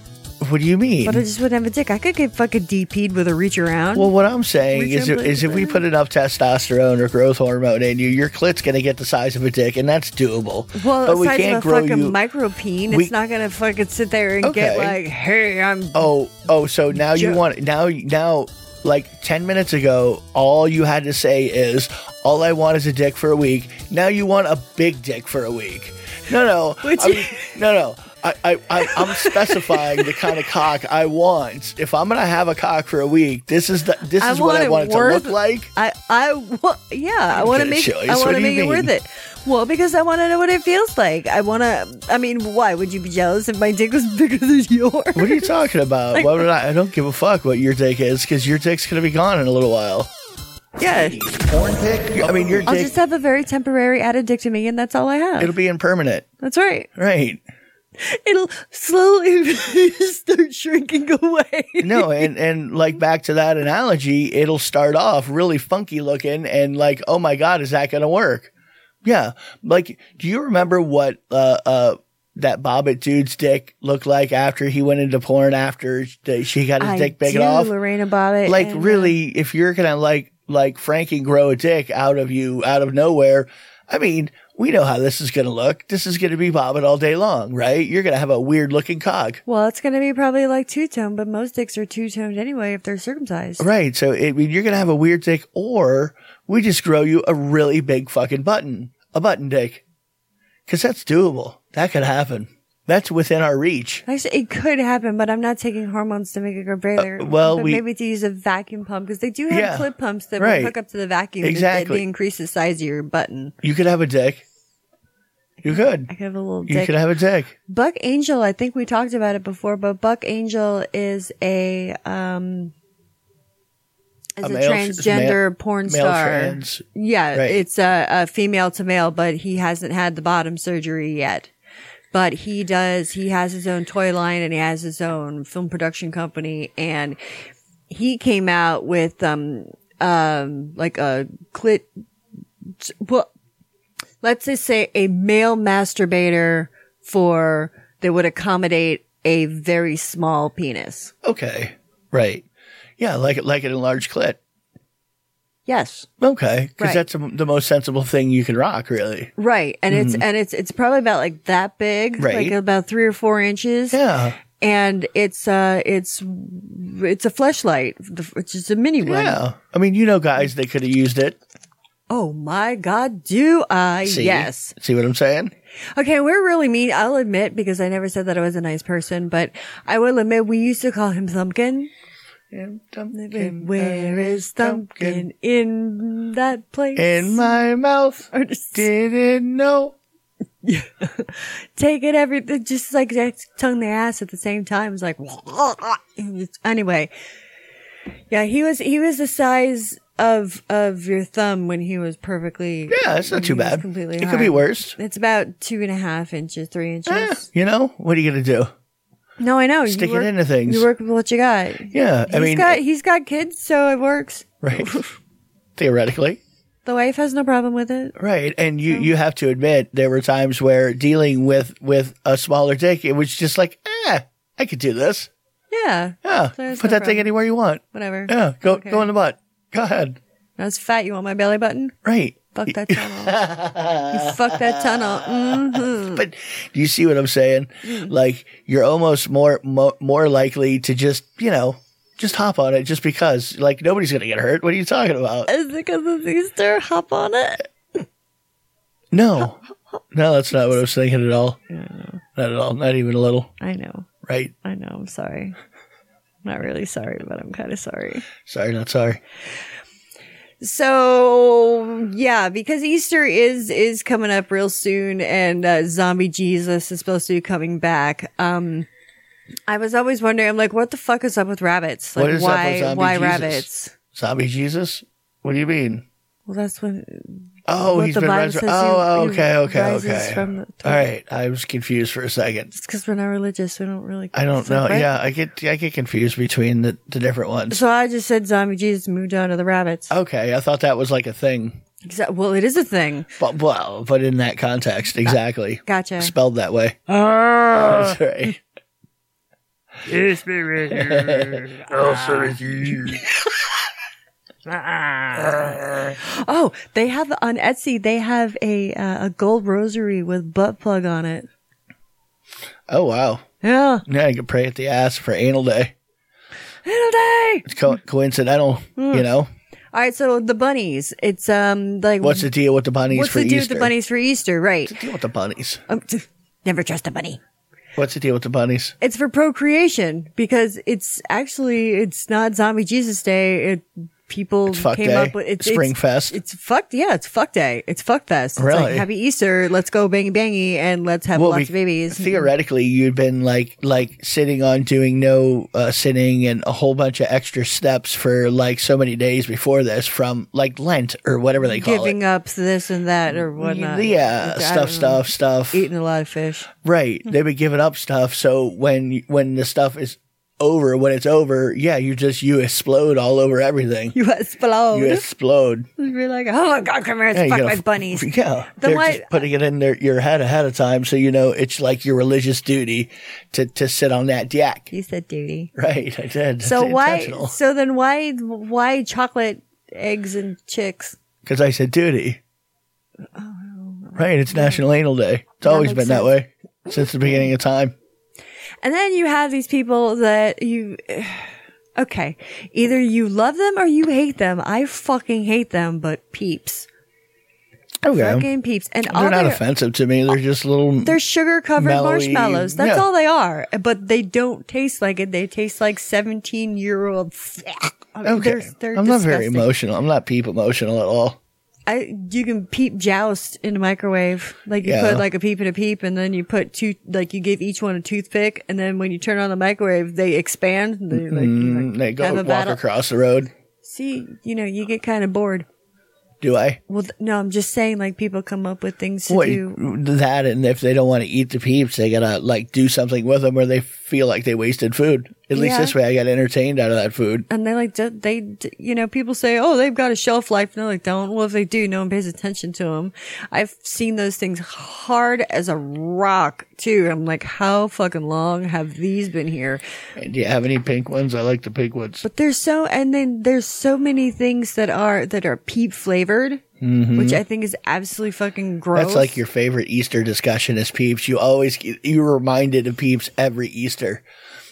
Speaker 2: What do you mean?
Speaker 1: but I just wouldn't have a dick. I could get fucking DP'd with a reach around.
Speaker 2: Well, what I'm saying
Speaker 1: Reach
Speaker 2: is,
Speaker 1: and
Speaker 2: is if we
Speaker 1: blade.
Speaker 2: put enough testosterone or growth hormone in you, your clit's going to get the size of a dick, and that's doable.
Speaker 1: well,
Speaker 2: but we
Speaker 1: aside
Speaker 2: can't
Speaker 1: from a
Speaker 2: grow
Speaker 1: fucking
Speaker 2: you.
Speaker 1: micro peen,
Speaker 2: we-
Speaker 1: it's not gonna fucking sit there and get
Speaker 2: Okay.
Speaker 1: like, "Hey, I'm."
Speaker 2: oh, oh, so now you
Speaker 1: Ju-
Speaker 2: want now now like ten minutes ago, all you had to say is, "All I want is a dick for a week." Now you want a big dick for a week. No, no,
Speaker 1: Which
Speaker 2: I
Speaker 1: is-
Speaker 2: mean, no, no. I, I, I, I'm specifying the kind of cock I want. If I'm gonna have a cock for a week, this is the this
Speaker 1: I
Speaker 2: is what
Speaker 1: want
Speaker 2: I
Speaker 1: it
Speaker 2: want it
Speaker 1: worth-
Speaker 2: to look like.
Speaker 1: I, I, wa- yeah, I want to
Speaker 2: get a
Speaker 1: make,
Speaker 2: choice.
Speaker 1: I
Speaker 2: What
Speaker 1: want
Speaker 2: do
Speaker 1: to
Speaker 2: you
Speaker 1: make it worth
Speaker 2: mean?
Speaker 1: it. Well, because I want to know what it feels like. I want to. I mean, why would you be jealous if my dick was bigger than yours?
Speaker 2: What are you talking about? Why would I? I don't give a fuck what your dick is because your dick's gonna be gone in a little while.
Speaker 1: yeah,
Speaker 2: Porn dick? I mean, your
Speaker 1: I'll
Speaker 2: dick.
Speaker 1: just have a very temporary added dick to me, and that's all I have.
Speaker 2: it'll be impermanent,
Speaker 1: that's right.
Speaker 2: right?
Speaker 1: It'll slowly start shrinking away.
Speaker 2: No, and and like back to that analogy, it'll start off really funky looking, and like, oh my god, is that gonna work? Yeah, like, do you remember what uh uh that Bobbit dude's dick looked like after he went into porn after sh- she got his
Speaker 1: I
Speaker 2: dick big
Speaker 1: do,
Speaker 2: off?
Speaker 1: Lorena Bobbitt.
Speaker 2: like
Speaker 1: and, uh,
Speaker 2: really if you're gonna like like frank and grow a dick out of you out of nowhere i mean we know how this is gonna look this is gonna be bobbing all day long right you're gonna have a weird looking cock
Speaker 1: Well, it's going to be probably like two tone, but most dicks are two toned anyway if they're circumcised.
Speaker 2: right so it, I mean, you're gonna have a weird dick or we just grow you a really big fucking button a button dick because that's doable that could happen that's within our reach
Speaker 1: Actually, it could happen, but I'm not taking hormones to make it go bigger.
Speaker 2: Uh, well,
Speaker 1: but
Speaker 2: we-
Speaker 1: maybe to use a vacuum pump because they do have
Speaker 2: Yeah,
Speaker 1: clip pumps that
Speaker 2: right.
Speaker 1: will hook up to the vacuum. that-
Speaker 2: Exactly.
Speaker 1: That, they increase the size of your button.
Speaker 2: you could have a dick you
Speaker 1: I
Speaker 2: could
Speaker 1: could have a little
Speaker 2: you
Speaker 1: dick.
Speaker 2: could have a dick
Speaker 1: Buck Angel, I think we talked about it before, but Buck Angel is a um is
Speaker 2: A
Speaker 1: a,
Speaker 2: male sh- is
Speaker 1: transgender
Speaker 2: male-
Speaker 1: porn
Speaker 2: male
Speaker 1: star.
Speaker 2: trans.
Speaker 1: Yeah,
Speaker 2: Right.
Speaker 1: it's a, a female to male, but he hasn't had the bottom surgery yet. But he does. He has his own toy line and he has his own film production company, and he came out with um um like a clit well, let's just say a male masturbator for that would accommodate a very small penis.
Speaker 2: okay right yeah like like an enlarged clit
Speaker 1: Yes.
Speaker 2: Okay, because
Speaker 1: Right.
Speaker 2: that's the- the most sensible thing you can rock, really.
Speaker 1: Right. And it's and it's it's probably about like that big,
Speaker 2: Mm-hmm. Right.
Speaker 1: like about 3 or 4 inches.
Speaker 2: Yeah,
Speaker 1: And it's uh it's it's a fleshlight, which is a mini one.
Speaker 2: yeah. I mean, you know, guys, they could have used it.
Speaker 1: Oh my god, do I?
Speaker 2: See?
Speaker 1: Yes.
Speaker 2: See what I'm saying?
Speaker 1: Okay, we're really mean. I'll admit because I never said that I was a nice person, but I will admit we used to call him Thumpkin.
Speaker 2: In
Speaker 1: Where is Thumpkin in that place?
Speaker 2: my mouth,
Speaker 1: Or just
Speaker 2: didn't know.
Speaker 1: take it every just like that tongue their ass at the same time. It's like anyway. Yeah, he was he was the size of of your thumb when he was perfectly.
Speaker 2: Yeah, it's
Speaker 1: when
Speaker 2: not too
Speaker 1: he was
Speaker 2: bad.
Speaker 1: Completely
Speaker 2: It could
Speaker 1: hard.
Speaker 2: be worse.
Speaker 1: It's about two and a half inches, three inches.
Speaker 2: Eh, you know, what are you gonna do?
Speaker 1: No, I know. You
Speaker 2: Stick it
Speaker 1: work-
Speaker 2: into things.
Speaker 1: You work with what you got.
Speaker 2: Yeah, I
Speaker 1: He's
Speaker 2: mean,
Speaker 1: got he's got kids, so it works.
Speaker 2: right? Theoretically,
Speaker 1: The wife has no problem with it.
Speaker 2: right? And you you have to admit there were times where dealing with with a smaller dick, it was just like, eh, I could do this.
Speaker 1: Yeah.
Speaker 2: Yeah,
Speaker 1: So it's
Speaker 2: put
Speaker 1: no
Speaker 2: that thing
Speaker 1: problem.
Speaker 2: anywhere you want.
Speaker 1: Whatever.
Speaker 2: Yeah, go
Speaker 1: Okay.
Speaker 2: go in the butt. Go ahead.
Speaker 1: I was fat. You want my belly button?
Speaker 2: Right.
Speaker 1: Fuck that tunnel. you fuck that tunnel. Mm-hmm.
Speaker 2: But do you see what I'm saying?
Speaker 1: Mm.
Speaker 2: Like you're almost more mo- more likely to just you know just hop on it just because like nobody's gonna get hurt. What are you talking about?
Speaker 1: Is it because it's Easter? Hop on it.
Speaker 2: No, no, that's not what I was thinking at all. Not at all. Not even a little.
Speaker 1: I know.
Speaker 2: Right.
Speaker 1: I know. I'm sorry. Not really sorry, but I'm kind of sorry.
Speaker 2: Sorry, not sorry.
Speaker 1: So yeah, because Easter is is coming up real soon, and uh, Zombie Jesus is supposed to be coming back. Um, I was always wondering, I'm like, what the fuck is up with rabbits? Like,
Speaker 2: What is up with
Speaker 1: why
Speaker 2: Zombie
Speaker 1: why
Speaker 2: Jesus?
Speaker 1: rabbits?
Speaker 2: Zombie Jesus. What do you mean?
Speaker 1: Well, that's when.
Speaker 2: Oh,
Speaker 1: What
Speaker 2: he's
Speaker 1: the
Speaker 2: been
Speaker 1: Bible
Speaker 2: resurrected.
Speaker 1: says he-
Speaker 2: Oh,
Speaker 1: he
Speaker 2: okay, okay,
Speaker 1: rises
Speaker 2: okay.
Speaker 1: from the-
Speaker 2: All right, I was confused for a second.
Speaker 1: It's because we're not religious. We don't really.
Speaker 2: I don't
Speaker 1: it's
Speaker 2: know.
Speaker 1: like, what?
Speaker 2: Yeah, I get I get confused between the, the different ones.
Speaker 1: So I just said zombie Jesus moved on to the rabbits.
Speaker 2: Okay, I thought that was like a thing.
Speaker 1: Exa- well, it is a thing.
Speaker 2: But well, but in that context, exactly.
Speaker 1: Gotcha.
Speaker 2: Spelled that way.
Speaker 1: Ah.
Speaker 2: That's right.
Speaker 1: Oh, they have on Etsy. They have a uh, a gold rosary with butt plug on it.
Speaker 2: Oh wow.
Speaker 1: Yeah.
Speaker 2: Now you can pray at the ass for anal day.
Speaker 1: Today.
Speaker 2: It's co- coincidental,
Speaker 1: Hmm.
Speaker 2: you know.
Speaker 1: All right, so the bunnies. It's um like
Speaker 2: What's the deal with the bunnies
Speaker 1: what's
Speaker 2: for
Speaker 1: the deal
Speaker 2: Easter?
Speaker 1: with the bunnies for Easter? Right.
Speaker 2: Deal with the bunnies.
Speaker 1: Um, t- never trust a bunny.
Speaker 2: What's the deal with the bunnies?
Speaker 1: It's for procreation because it's actually it's not Zombie Jesus Day. It people
Speaker 2: Fuck
Speaker 1: came
Speaker 2: day.
Speaker 1: up with it's
Speaker 2: Spring
Speaker 1: it's,
Speaker 2: fest.
Speaker 1: It's fucked. Yeah, it's fuck day. It's fuck fest. It's like
Speaker 2: Really?
Speaker 1: happy Easter. Let's go bangy bangy and let's have lots
Speaker 2: we-
Speaker 1: of babies.
Speaker 2: Theoretically, you'd been like like sitting on doing no uh, sitting and a whole bunch of extra steps for like so many days before this from like Lent or whatever they call
Speaker 1: giving
Speaker 2: it. Mm,
Speaker 1: up this and that or whatnot.
Speaker 2: yeah,
Speaker 1: I
Speaker 2: stuff,
Speaker 1: don't know.
Speaker 2: stuff, stuff.
Speaker 1: Eating a lot of fish.
Speaker 2: Right. They've been giving up stuff. So when when the stuff is over, when it's over, yeah, you just you explode all over everything.
Speaker 1: You explode.
Speaker 2: You explode.
Speaker 1: You're like, oh my god, come here,
Speaker 2: Yeah, you
Speaker 1: fuck
Speaker 2: gotta
Speaker 1: my
Speaker 2: f-
Speaker 1: bunnies.
Speaker 2: Yeah,
Speaker 1: Then
Speaker 2: they're
Speaker 1: why-
Speaker 2: just putting it in their, your head ahead of time, so you know it's like your religious duty to to sit on that yak.
Speaker 1: You said duty.
Speaker 2: Right, I did.
Speaker 1: So
Speaker 2: That's
Speaker 1: why?
Speaker 2: intentional.
Speaker 1: So then why? Why chocolate eggs and chicks?
Speaker 2: Because I said duty. Right, it's National Anal Day. It's always
Speaker 1: Oh, makes
Speaker 2: been that way since the beginning of time.
Speaker 1: And then you have these people that you. Okay, either you love them or you hate them. I fucking hate them, but peeps,
Speaker 2: Okay,
Speaker 1: fucking peeps, and all
Speaker 2: they're not
Speaker 1: their,
Speaker 2: offensive to me. They're just little.
Speaker 1: they're sugar covered
Speaker 2: Mellowy,
Speaker 1: marshmallows. That's
Speaker 2: yeah.
Speaker 1: all they are. But they don't taste like it. They taste like seventeen year old.
Speaker 2: Okay. I'm not very emotional. I'm not peep emotional at all.
Speaker 1: I you can peep joust in the microwave. Like you
Speaker 2: Yeah.
Speaker 1: put like a peep and a peep, and then you put two. Like you give each one a toothpick, and then when you turn on the microwave, they expand. They like, you, like,
Speaker 2: Mm-hmm. They go
Speaker 1: have a
Speaker 2: walk
Speaker 1: battle.
Speaker 2: across the road.
Speaker 1: See, you know, you get kind of bored.
Speaker 2: Do I?
Speaker 1: Well, th- no, I'm just saying. Like people come up with things to
Speaker 2: What,
Speaker 1: do.
Speaker 2: that and if they don't want to eat the peeps, they gotta like do something with them, or they feel like they wasted food. At least
Speaker 1: Yeah.
Speaker 2: this way, I got entertained out of that food.
Speaker 1: And they like d- they, d- you know, people say, "Oh, they've got a shelf life." No, they don't. Well, if they do, no one pays attention to them. I've seen those things hard as a rock too. I'm like, how fucking long have these been here?
Speaker 2: And do you have any pink ones? I like the pink ones.
Speaker 1: But there's so and then there's so many things that are that are peep flavored, which I think is absolutely fucking gross.
Speaker 2: Mm-hmm. That's like your favorite Easter discussion is peeps. You always you're reminded of peeps every Easter.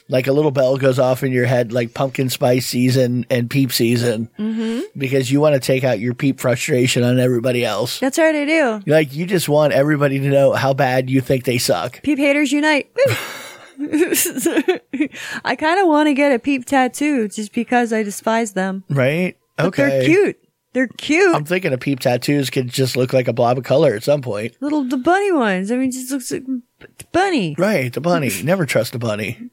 Speaker 2: Like a little bell goes off in your head, like pumpkin spice season and peep season, mm-hmm. because you want to take out your peep frustration on everybody else.
Speaker 1: That's right, I do.
Speaker 2: Like you just want everybody to know how bad you think they suck.
Speaker 1: Peep haters unite. Woo. I kind of want to get a peep tattoo just because I despise them.
Speaker 2: Right?
Speaker 1: But they're cute. They're cute.
Speaker 2: I'm thinking a peep tattoos could just look like a blob of color at some point.
Speaker 1: Little the bunny ones. I mean, it just looks like b- bunny.
Speaker 2: Right, the bunny. Never trust a bunny.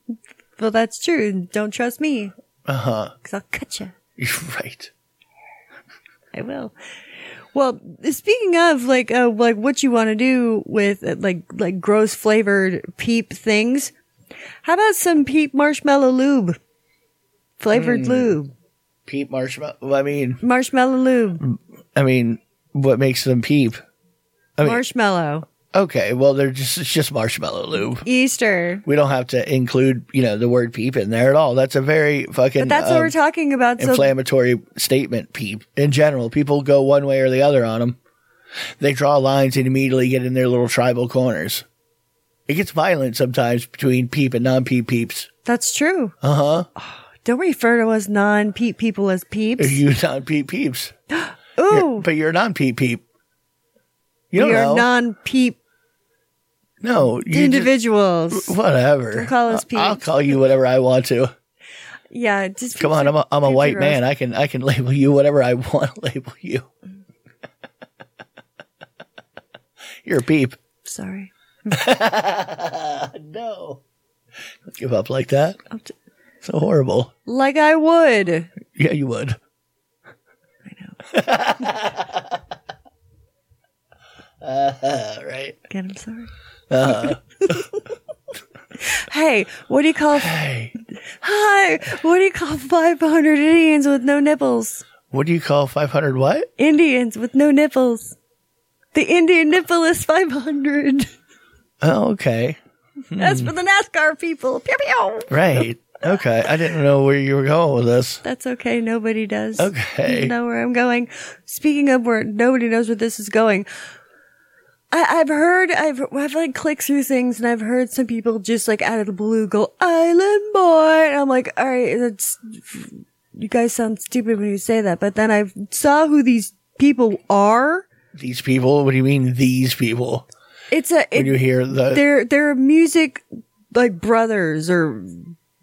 Speaker 1: Well, that's true. Don't trust me
Speaker 2: Uh huh.
Speaker 1: because I'll cut you.
Speaker 2: right.
Speaker 1: I will. Well, speaking of like uh, like what you want to do with uh, like like gross flavored peep things, how about some peep marshmallow lube, flavored lube,
Speaker 2: Peep marshmallow. well, I mean,
Speaker 1: marshmallow lube,
Speaker 2: I mean, what makes them peep? I mean-
Speaker 1: marshmallow
Speaker 2: Okay, well, they're just it's just marshmallow lube.
Speaker 1: Easter.
Speaker 2: We don't have to include you know the word peep in there at all. That's a very fucking.
Speaker 1: But that's what
Speaker 2: um,
Speaker 1: we're talking about. So
Speaker 2: inflammatory statement peep in general people go one way or the other on them they draw lines and immediately get in their little tribal corners it gets violent sometimes between peep and non-peep peeps
Speaker 1: that's true. Uh
Speaker 2: Uh-huh.
Speaker 1: huh. Don't refer to us non peep people as
Speaker 2: are
Speaker 1: peeps.
Speaker 2: you non-peep peeps
Speaker 1: Ooh,
Speaker 2: but you're a non-peep peep you don't
Speaker 1: we are
Speaker 2: know
Speaker 1: non peep
Speaker 2: no you just-
Speaker 1: individuals.
Speaker 2: whatever
Speaker 1: Don't call us
Speaker 2: I- i'll
Speaker 1: peeps.
Speaker 2: call you whatever i want to
Speaker 1: yeah, just
Speaker 2: come on i'm a, I'm a
Speaker 1: Peeps are
Speaker 2: white
Speaker 1: gross.
Speaker 2: man i can i can label you whatever i want to label you you're a peep
Speaker 1: Sorry.
Speaker 2: No. Don't give up like that.
Speaker 1: I'll t-
Speaker 2: So horrible.
Speaker 1: Like I would.
Speaker 2: Yeah, you would. I know. uh, right.
Speaker 1: Again, I'm sorry.
Speaker 2: Uh-huh.
Speaker 1: hey, what do you call?
Speaker 2: Hey,
Speaker 1: Hi, what do you call 500 Indians with no nipples?
Speaker 2: what do you call 500 what?
Speaker 1: Indians with no nipples. The Indian nipple is 500.
Speaker 2: Oh, okay.
Speaker 1: That's for the NASCAR people. Pew, pew.
Speaker 2: Right. Okay. I didn't know where you were going with this.
Speaker 1: That's okay. Nobody does.
Speaker 2: Okay.
Speaker 1: You know where I'm going. Speaking of where nobody knows where this is going. I, I've heard, I've, I've like clicked through things and I've heard some people just like out of the blue go, Island Boy. And I'm like, all right, that's, you guys sound stupid when you say that. But then I saw who these people are.
Speaker 2: These people? What do you mean, these people?
Speaker 1: It's a,
Speaker 2: When
Speaker 1: it-
Speaker 2: you hear the.
Speaker 1: they're, they're music like brothers or,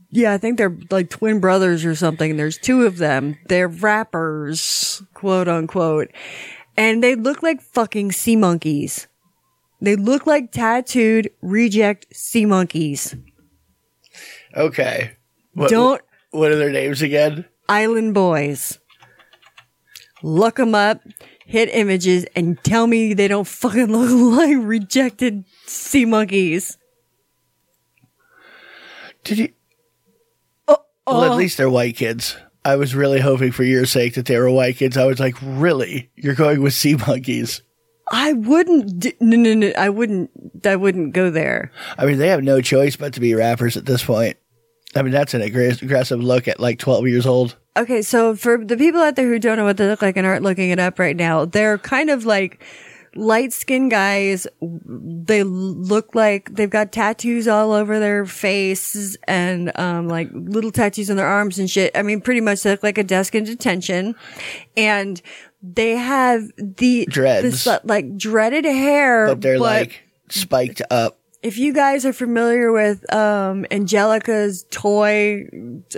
Speaker 1: yeah, I think they're like twin brothers or something. There's two of them. They're rappers, quote unquote. And they look like fucking sea monkeys. They look like tattooed reject sea monkeys.
Speaker 2: Okay. What,
Speaker 1: Don't
Speaker 2: What are their names again?
Speaker 1: Island Boys. Look them up, hit images, and tell me they don't fucking look like rejected sea monkeys.
Speaker 2: Did you? Well, at least they're white kids. I was really hoping for your sake that they were white kids. I was like, really? You're going with sea monkeys?
Speaker 1: I wouldn't. d- No, no, no. I wouldn't. I wouldn't go there.
Speaker 2: I mean, they have no choice but to be rappers at this point. I mean, that's an aggress- aggressive look at like 12 years old.
Speaker 1: Okay, so for the people out there who don't know what they look like and aren't looking it up right now, they're kind of like light skinned guys. They look like they've got tattoos all over their faces and um, like little tattoos on their arms and shit. I mean, pretty much they look like a desk in detention. And they have the
Speaker 2: Dreads.
Speaker 1: this, uh, like dreaded hair.
Speaker 2: But they're like spiked up.
Speaker 1: if you guys are familiar with um Angelica's toy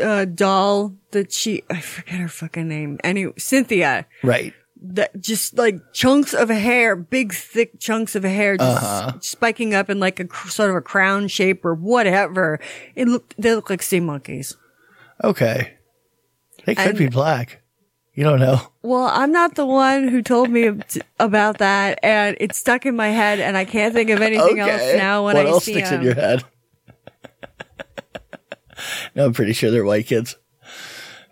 Speaker 1: uh, doll that she I forget her fucking name. Anyway, Cynthia.
Speaker 2: Right.
Speaker 1: That just like chunks of hair, big thick chunks of hair just
Speaker 2: Uh-huh.
Speaker 1: spiking up in like a cr- sort of a crown shape or whatever. It looked they look like sea monkeys.
Speaker 2: Okay. They could
Speaker 1: And-
Speaker 2: be black. You don't know.
Speaker 1: Well, I'm not the one who told me ab- t- about that and it's stuck in my head and I can't think of anything else now when
Speaker 2: what
Speaker 1: I
Speaker 2: else
Speaker 1: see
Speaker 2: sticks in
Speaker 1: them.
Speaker 2: your head? no, I'm pretty sure they're white kids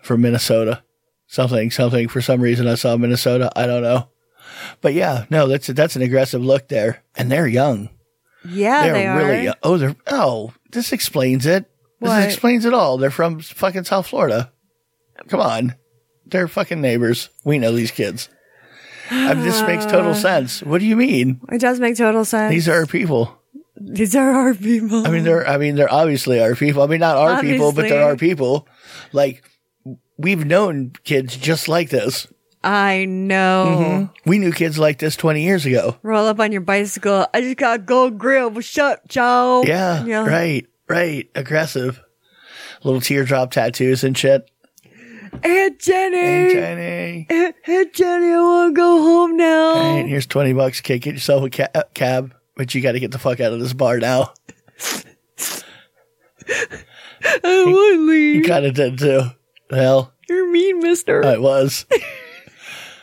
Speaker 2: from Minnesota. Something, something. For some reason, I saw Minnesota. I don't know, but yeah, no, that's that's an aggressive look there, and they're young.
Speaker 1: Yeah,
Speaker 2: They're
Speaker 1: they are.
Speaker 2: really young. oh, they're oh, this explains it.
Speaker 1: What?
Speaker 2: This explains it all. They're from fucking South Florida. Come on, they're fucking neighbors. We know these kids. I mean, this makes
Speaker 1: Uh,
Speaker 2: total sense. What do you mean?
Speaker 1: It does make total sense.
Speaker 2: These are our people.
Speaker 1: These are our people.
Speaker 2: I mean, they're. I mean, they're obviously our people. I mean, not our people, but they're
Speaker 1: Obviously.
Speaker 2: our people. Like we've known kids just like this.
Speaker 1: I know.
Speaker 2: We knew kids like this twenty years ago.
Speaker 1: Roll up on your bicycle. I just got a gold grill. What's up, Joe?
Speaker 2: Yeah,
Speaker 1: Yeah.
Speaker 2: right, right. Aggressive, little teardrop tattoos and shit.
Speaker 1: Aunt
Speaker 2: Hey,
Speaker 1: Jenny.
Speaker 2: Jenny.
Speaker 1: Aunt, Aunt Jenny, I want to go home now.
Speaker 2: All right, here's twenty bucks. Kid, get yourself a ca- cab, but you got to get the fuck out of this bar now.
Speaker 1: I want to
Speaker 2: You
Speaker 1: leave.
Speaker 2: kind of did too. Well,
Speaker 1: You're mean, mister.
Speaker 2: I was.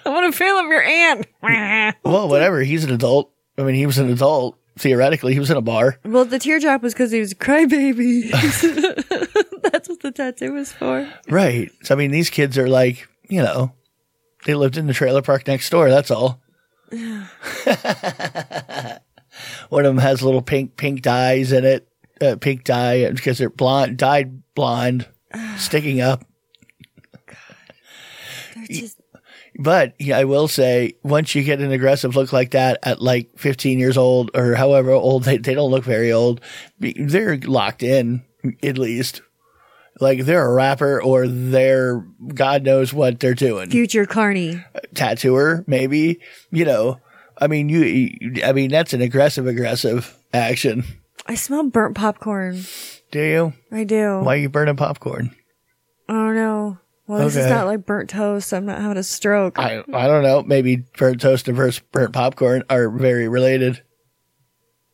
Speaker 1: I want to film your aunt.
Speaker 2: Well, whatever. He's an adult. I mean, he was an adult. Theoretically, he was in a bar.
Speaker 1: well, the teardrop was because he was a crybaby. That's what the tattoo was for.
Speaker 2: Right. So, I mean, these kids are like, you know, they lived in the trailer park next door. That's all. One of them has little pink, pink dyes in it, uh, pink dye because they're blonde, dyed blonde, sticking up.
Speaker 1: They're just
Speaker 2: But yeah, I will say, once you get an aggressive look like that at like 15 years old or however old, they, they don't look very old. Be- They're locked in, at least. Like they're a rapper or they're God knows what they're doing.
Speaker 1: future Carney.
Speaker 2: Tattooer, maybe. You know, I mean, you, you- I mean, that's an aggressive, aggressive action.
Speaker 1: I smell burnt popcorn.
Speaker 2: Do you?
Speaker 1: I do.
Speaker 2: Why are you burning popcorn?
Speaker 1: Oh no. Well, this is
Speaker 2: Okay.
Speaker 1: not like burnt toast. I'm not having a stroke.
Speaker 2: I, I don't know. Maybe burnt toast and burst- burnt popcorn are very related.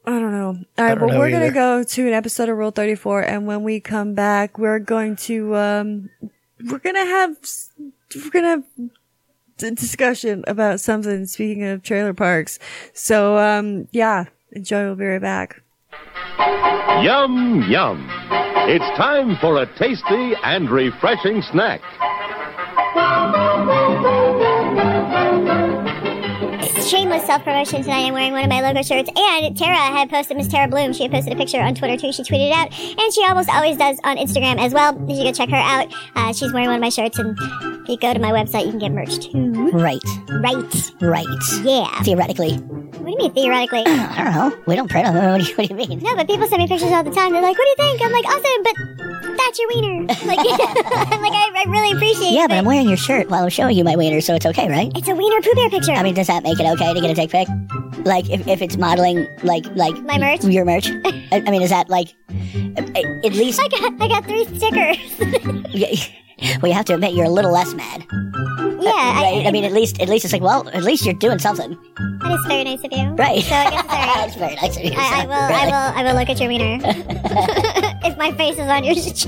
Speaker 1: I don't know. All right,
Speaker 2: don't
Speaker 1: well,
Speaker 2: know
Speaker 1: we're going
Speaker 2: either.
Speaker 1: to go to an episode of Rule 34, and when we come back, we're going to, um, we're going to have, s- we're going to have d- discussion about something, speaking of trailer parks. So, um, yeah, enjoy. We'll be right back.
Speaker 5: Yum, yum. It's time for a tasty and refreshing snack.
Speaker 6: shameless self-promotion tonight. I'm wearing one of my logo shirts. And Tara had posted Miss Tara Bloom. She had posted a picture on Twitter too. She tweeted it out, and she almost always does on Instagram as well. You can go check her out. Uh, she's wearing one of my shirts, and if you go to my website, you can get merch too.
Speaker 7: Right,
Speaker 6: Right?
Speaker 7: right.
Speaker 6: Yeah.
Speaker 7: Theoretically,
Speaker 6: What do you mean theoretically?
Speaker 7: I don't know. We don't print them. What do you, what do you mean?
Speaker 6: No, but people send me pictures all the time. They're like, "What do you think?" I'm like, "Awesome," but that's your wiener. Like, I'm like I, I really appreciate.
Speaker 7: Yeah,
Speaker 6: it,
Speaker 7: but I'm wearing your shirt while I'm showing you my wiener, so it's okay, right?
Speaker 6: It's a wiener poo bear picture.
Speaker 7: I mean, does that make it okay to get a dick pic? Like, if, if it's modeling, like, like
Speaker 6: My merch?
Speaker 7: your merch. I, I mean, is that like, a- at least?
Speaker 6: I got I got three stickers.
Speaker 7: well, you have to admit you're a little less mad,
Speaker 6: yeah,
Speaker 7: right? I, mean, at least, at least it's like, well, at least you're doing something,
Speaker 6: that is very nice of you.
Speaker 7: right?
Speaker 6: So I guess it's alright.
Speaker 7: That's very nice of you.
Speaker 6: I, I
Speaker 7: son.
Speaker 6: will. I
Speaker 7: Really.
Speaker 6: will. I will look at your wiener if my face is on your chest.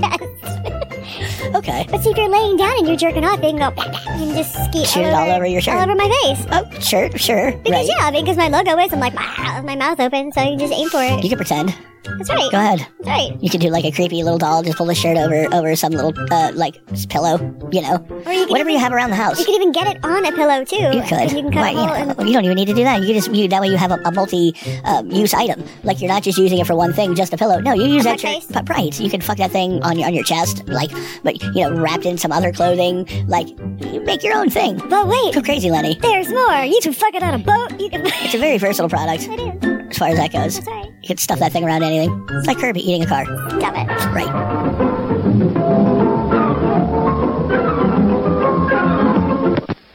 Speaker 7: Okay.
Speaker 6: But see, if you're laying down and you're jerking off, they can go. You can just skeet
Speaker 7: Shoot it all over your shirt.
Speaker 6: all over my face.
Speaker 7: Oh, sure, sure.
Speaker 6: Because
Speaker 7: right.
Speaker 6: yeah, I mean, because my logo is, I'm like "Wow," with my mouth open, so you just aim for
Speaker 7: You
Speaker 6: it.
Speaker 7: can pretend.
Speaker 6: That's right.
Speaker 7: Go ahead.
Speaker 6: That's right.
Speaker 7: You could do like a creepy little doll, just pull the shirt over over some little uh, like s- pillow, you know,
Speaker 6: Or you could
Speaker 7: whatever you
Speaker 6: even-
Speaker 7: have around the house.
Speaker 6: You can even get it on a pillow too.
Speaker 7: You
Speaker 6: And
Speaker 7: could.
Speaker 6: You can cut
Speaker 7: Why,
Speaker 6: a
Speaker 7: you,
Speaker 6: hole
Speaker 7: know,
Speaker 6: and-
Speaker 7: you don't even need to do that. You just you, that way you have a, a multi-use item. Like you're not just using it for one thing, just a pillow. No, you use
Speaker 6: On
Speaker 7: that
Speaker 6: my
Speaker 7: shirt.
Speaker 6: face?
Speaker 7: But right, you can fuck that thing on your on your chest, like, but you know, wrapped in some other clothing. Like, you make your own thing.
Speaker 6: but
Speaker 7: Go
Speaker 6: wait,
Speaker 7: crazy, Lenny.
Speaker 6: there's more. You can fuck it on a boat. You can.
Speaker 7: It's a very versatile product
Speaker 6: it is.
Speaker 7: as far as that goes.
Speaker 6: That's right.
Speaker 7: You can stuff that thing around anything. It's like Kirby eating a car.
Speaker 6: Stop it.
Speaker 7: Right.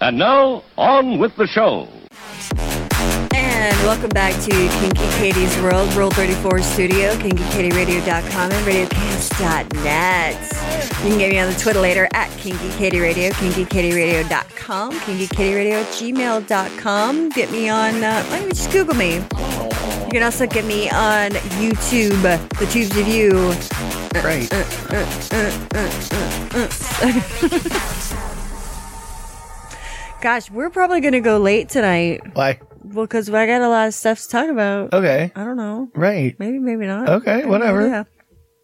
Speaker 5: And now, on with the show.
Speaker 1: And welcome back to Kinky Katie's World, Rule 34 Studio, KinkyKatieRadio.com, and RadioCast.net. You can get me on the Twitter later at Kinky Katie Radio, KinkyKatieRadio.com, KinkyKatieRadio at gmail.com. Get me on, uh, why don't you just Google me? You can also get me on YouTube, the tubes of you. Uh,
Speaker 2: Right.
Speaker 1: Gosh, we're probably going to go late tonight
Speaker 2: Why?
Speaker 1: Well, 'cause I got a lot of stuff to talk about.
Speaker 2: Okay.
Speaker 1: I don't know.
Speaker 2: Right.
Speaker 1: Maybe, maybe not.
Speaker 2: Okay,
Speaker 1: I have no
Speaker 2: whatever.
Speaker 1: idea.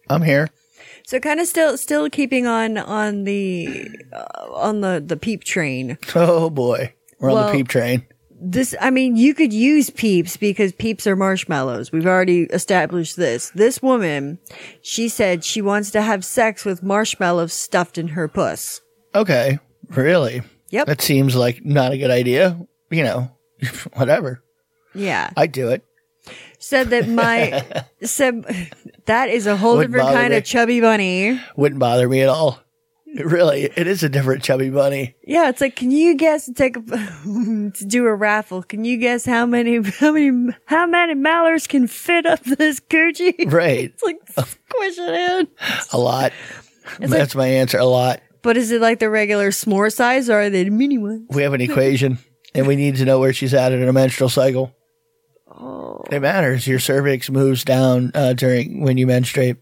Speaker 2: I'm here.
Speaker 1: So kind of still still keeping on on the uh, on the the peep train.
Speaker 2: Oh boy. We're on
Speaker 1: Well-
Speaker 2: the peep train.
Speaker 1: This I mean you could use peeps because peeps are marshmallows. We've already established this. This woman, she said she wants to have sex with marshmallows stuffed in her puss.
Speaker 2: Okay. Really?
Speaker 1: Yep.
Speaker 2: That seems like not a good idea. You know, whatever.
Speaker 1: Yeah.
Speaker 2: I do it.
Speaker 1: Said that my said that is a whole
Speaker 2: Wouldn't
Speaker 1: different
Speaker 2: bother
Speaker 1: kind
Speaker 2: me.
Speaker 1: of chubby bunny.
Speaker 2: Wouldn't bother me at all. Really, it is a different chubby bunny.
Speaker 1: Yeah, it's like, can you guess and take a, to do a raffle? Can you guess how many, how many, how many mallards can fit up this coochie?
Speaker 2: Right.
Speaker 1: It's like squish it in.
Speaker 2: A lot. That's my answer. A lot.
Speaker 1: But is it like the regular s'more size or are they the mini one?
Speaker 2: We have an equation and we need to know where she's at in her menstrual cycle. Oh. It matters. Your cervix moves down uh, during when you menstruate.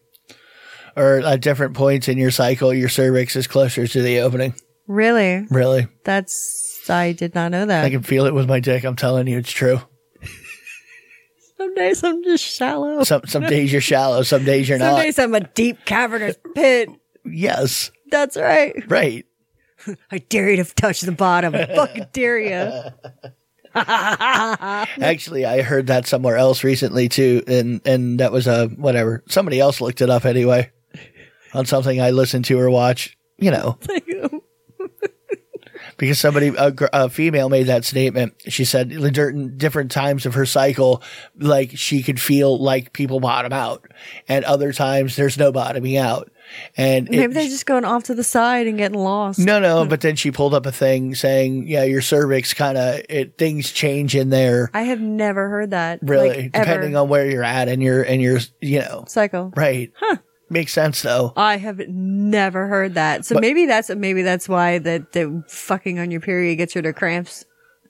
Speaker 2: Or at different points in your cycle, your cervix is closer to the opening.
Speaker 1: Really?
Speaker 2: Really?
Speaker 1: That's I did not know that.
Speaker 2: I can feel it with my dick. I'm telling you, it's true.
Speaker 1: some days I'm just shallow.
Speaker 2: Some some days you're shallow, some days you're
Speaker 1: Some
Speaker 2: not.
Speaker 1: days I'm a deep cavernous pit.
Speaker 2: yes,
Speaker 1: That's right.
Speaker 2: right.
Speaker 1: I dare you to touch the bottom. I fucking dare you.
Speaker 2: Actually, I heard that somewhere else recently too, and and that was a whatever. Somebody else looked it up anyway on something I listened to or watch. You know, because somebody a, gr- a female made that statement. She said in certain different times of her cycle, like she could feel like people bottom out, and other times there's no bottoming out. And
Speaker 1: Maybe
Speaker 2: it,
Speaker 1: they're just going off to the side and getting lost.
Speaker 2: No, no, but then she pulled up a thing saying, "Yeah, your cervix kind of it things change in there,
Speaker 1: I have never heard that.
Speaker 2: really,
Speaker 1: like,
Speaker 2: depending
Speaker 1: ever.
Speaker 2: on where you're at and your and your you know,
Speaker 1: cycle.
Speaker 2: right? Makes sense though.
Speaker 1: I have never heard that. So maybe that's maybe that's why that the fucking on your period gets rid of cramps.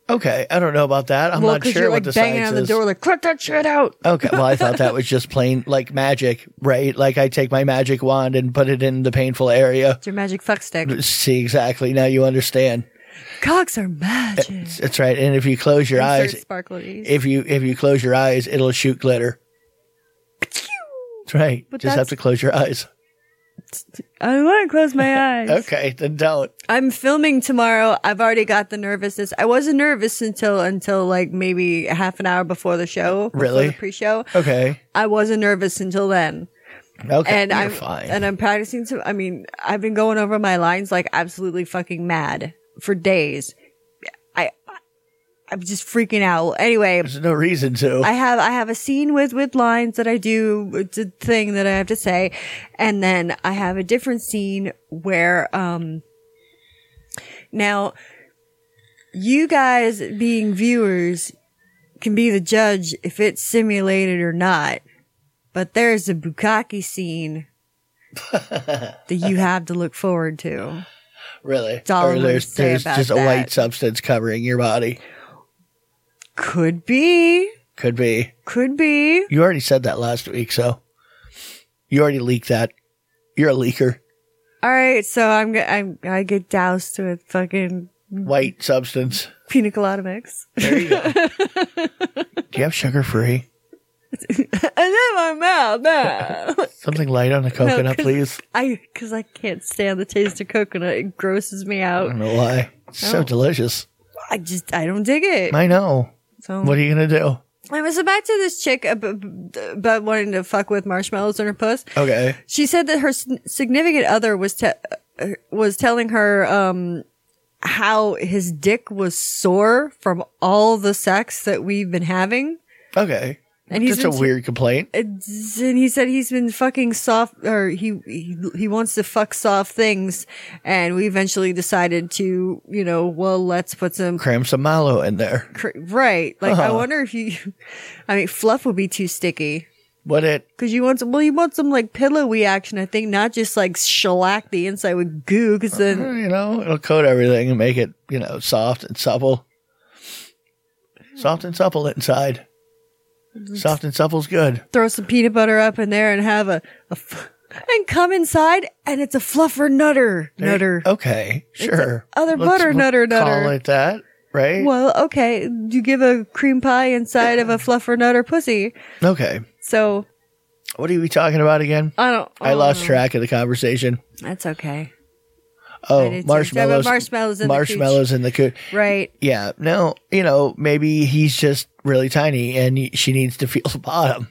Speaker 2: Okay, I don't know about that. I'm
Speaker 1: Well,
Speaker 2: not sure
Speaker 1: you're
Speaker 2: what
Speaker 1: like
Speaker 2: the
Speaker 1: banging
Speaker 2: science
Speaker 1: on the
Speaker 2: is.
Speaker 1: door, like cut that shit out.
Speaker 2: Okay, well, I thought that was just plain like magic, right? Like I take my magic wand and put it in the painful area.
Speaker 1: It's your magic fuck stick.
Speaker 2: See exactly now you understand.
Speaker 1: Cocks are magic.
Speaker 2: That's right. And if you close your
Speaker 1: Insert
Speaker 2: eyes,
Speaker 1: sparklies.
Speaker 2: if you if you close your eyes, it'll shoot glitter. That's right.
Speaker 1: But
Speaker 2: just have
Speaker 1: that's-
Speaker 2: to close your eyes.
Speaker 1: I don't want to close my eyes.
Speaker 2: Okay, then don't.
Speaker 1: I'm filming tomorrow. I've already got the nervousness. I wasn't nervous until until like maybe half an hour before the show. before
Speaker 2: Really?
Speaker 1: the pre-show.
Speaker 2: Okay.
Speaker 1: I wasn't nervous until then.
Speaker 2: Okay.
Speaker 1: and
Speaker 2: you're
Speaker 1: I'm
Speaker 2: fine.
Speaker 1: and I'm practicing some. I mean, I've been going over my lines like absolutely fucking mad for days. I I'm just freaking out. Anyway,
Speaker 2: There's no reason to.
Speaker 1: I have I have a scene with with lines that I do it's a thing that I have to say, and then I have a different scene where um now you guys being viewers can be the judge if it's simulated or not, but there's a bukkake scene that you have to look forward to.
Speaker 2: really.
Speaker 1: all I'm gonna
Speaker 2: there's
Speaker 1: say
Speaker 2: there's
Speaker 1: about
Speaker 2: just a
Speaker 1: that.
Speaker 2: white substance covering your body.
Speaker 1: Could be,
Speaker 2: Could be.
Speaker 1: could be.
Speaker 2: You already said that last week, so you already leaked that. You're a leaker.
Speaker 1: All right, so I'm g- I'm I get doused with fucking
Speaker 2: White substance.
Speaker 1: pina colada mix.
Speaker 2: There you go. Do you have sugar free?
Speaker 1: And then my mouth, no.
Speaker 2: Something light on the coconut,
Speaker 1: 'cause-
Speaker 2: please.
Speaker 1: I, cause I can't stand the taste of coconut. It grosses me
Speaker 2: I
Speaker 1: out.
Speaker 2: don't know why. It's so delicious.
Speaker 1: I just, I don't dig it.
Speaker 2: I know.
Speaker 1: So,
Speaker 2: What are you gonna do?
Speaker 1: I was back to this chick ab- ab- about wanting to fuck with marshmallows in her puss.
Speaker 2: Okay.
Speaker 1: She said that her sin- significant other was te- uh, was telling her um how his dick was sore from all the sex that we've been having.
Speaker 2: Okay.
Speaker 1: And he's
Speaker 2: just a
Speaker 1: been-
Speaker 2: weird complaint.
Speaker 1: It's- and he said he's been fucking soft or he, he he wants to fuck soft things and we eventually decided to you know well let's put some
Speaker 2: Cram some mallow in there.
Speaker 1: cr- right like i wonder if you i mean fluff would be too sticky
Speaker 2: What it?
Speaker 1: because you want some well you want some like pillowy action i think not just like shellac the inside with goo because then
Speaker 2: Eh, you know, it'll coat everything and make it, you know, soft and supple. Soft and supple inside. Soft and supple's good.
Speaker 1: throw some peanut butter up in there and have a, a f- and come inside and it's a fluffer nutter nutter
Speaker 2: Okay, sure.
Speaker 1: other
Speaker 2: Let's-
Speaker 1: butter
Speaker 2: we'll
Speaker 1: nutter
Speaker 2: Call
Speaker 1: nutter.
Speaker 2: it that, right?
Speaker 1: Well, okay. You give a cream pie inside of a fluffer nut or pussy.
Speaker 2: Okay.
Speaker 1: So
Speaker 2: What are we talking about again?
Speaker 1: I don't. oh,
Speaker 2: I lost track of the conversation.
Speaker 1: That's okay.
Speaker 2: Oh,
Speaker 1: did too. Talking
Speaker 2: marshmallows.
Speaker 1: about marshmallows in the
Speaker 2: marshmallows in the coo-
Speaker 1: Right.
Speaker 2: Yeah. No, you know, maybe he's just really tiny and y- she needs to feel the bottom.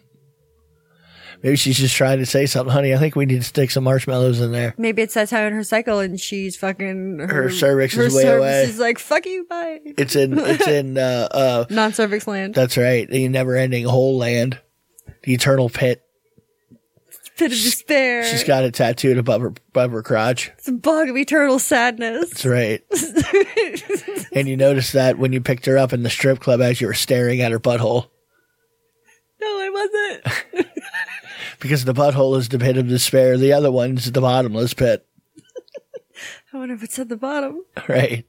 Speaker 2: Maybe she's just trying to say something, honey. I think we need to stick some marshmallows in there.
Speaker 1: Maybe it's that time in her cycle and she's fucking. Her,
Speaker 2: cervix
Speaker 1: her
Speaker 2: is way
Speaker 1: cervix
Speaker 2: away.
Speaker 1: is like, fuck you, bye.
Speaker 2: It's in it's in uh uh
Speaker 1: Non cervix land.
Speaker 2: that's right, the never ending whole land. The eternal pit.
Speaker 1: Pit of despair.
Speaker 2: She's got it tattooed above her above her crotch.
Speaker 1: It's a bog of eternal sadness.
Speaker 2: That's right. and you noticed that when you picked her up in the strip club as you were staring at her butthole.
Speaker 1: No, I wasn't.
Speaker 2: Because the butthole is the pit of despair, the other one's the bottomless pit.
Speaker 1: I wonder if it's at the bottom.
Speaker 2: Right.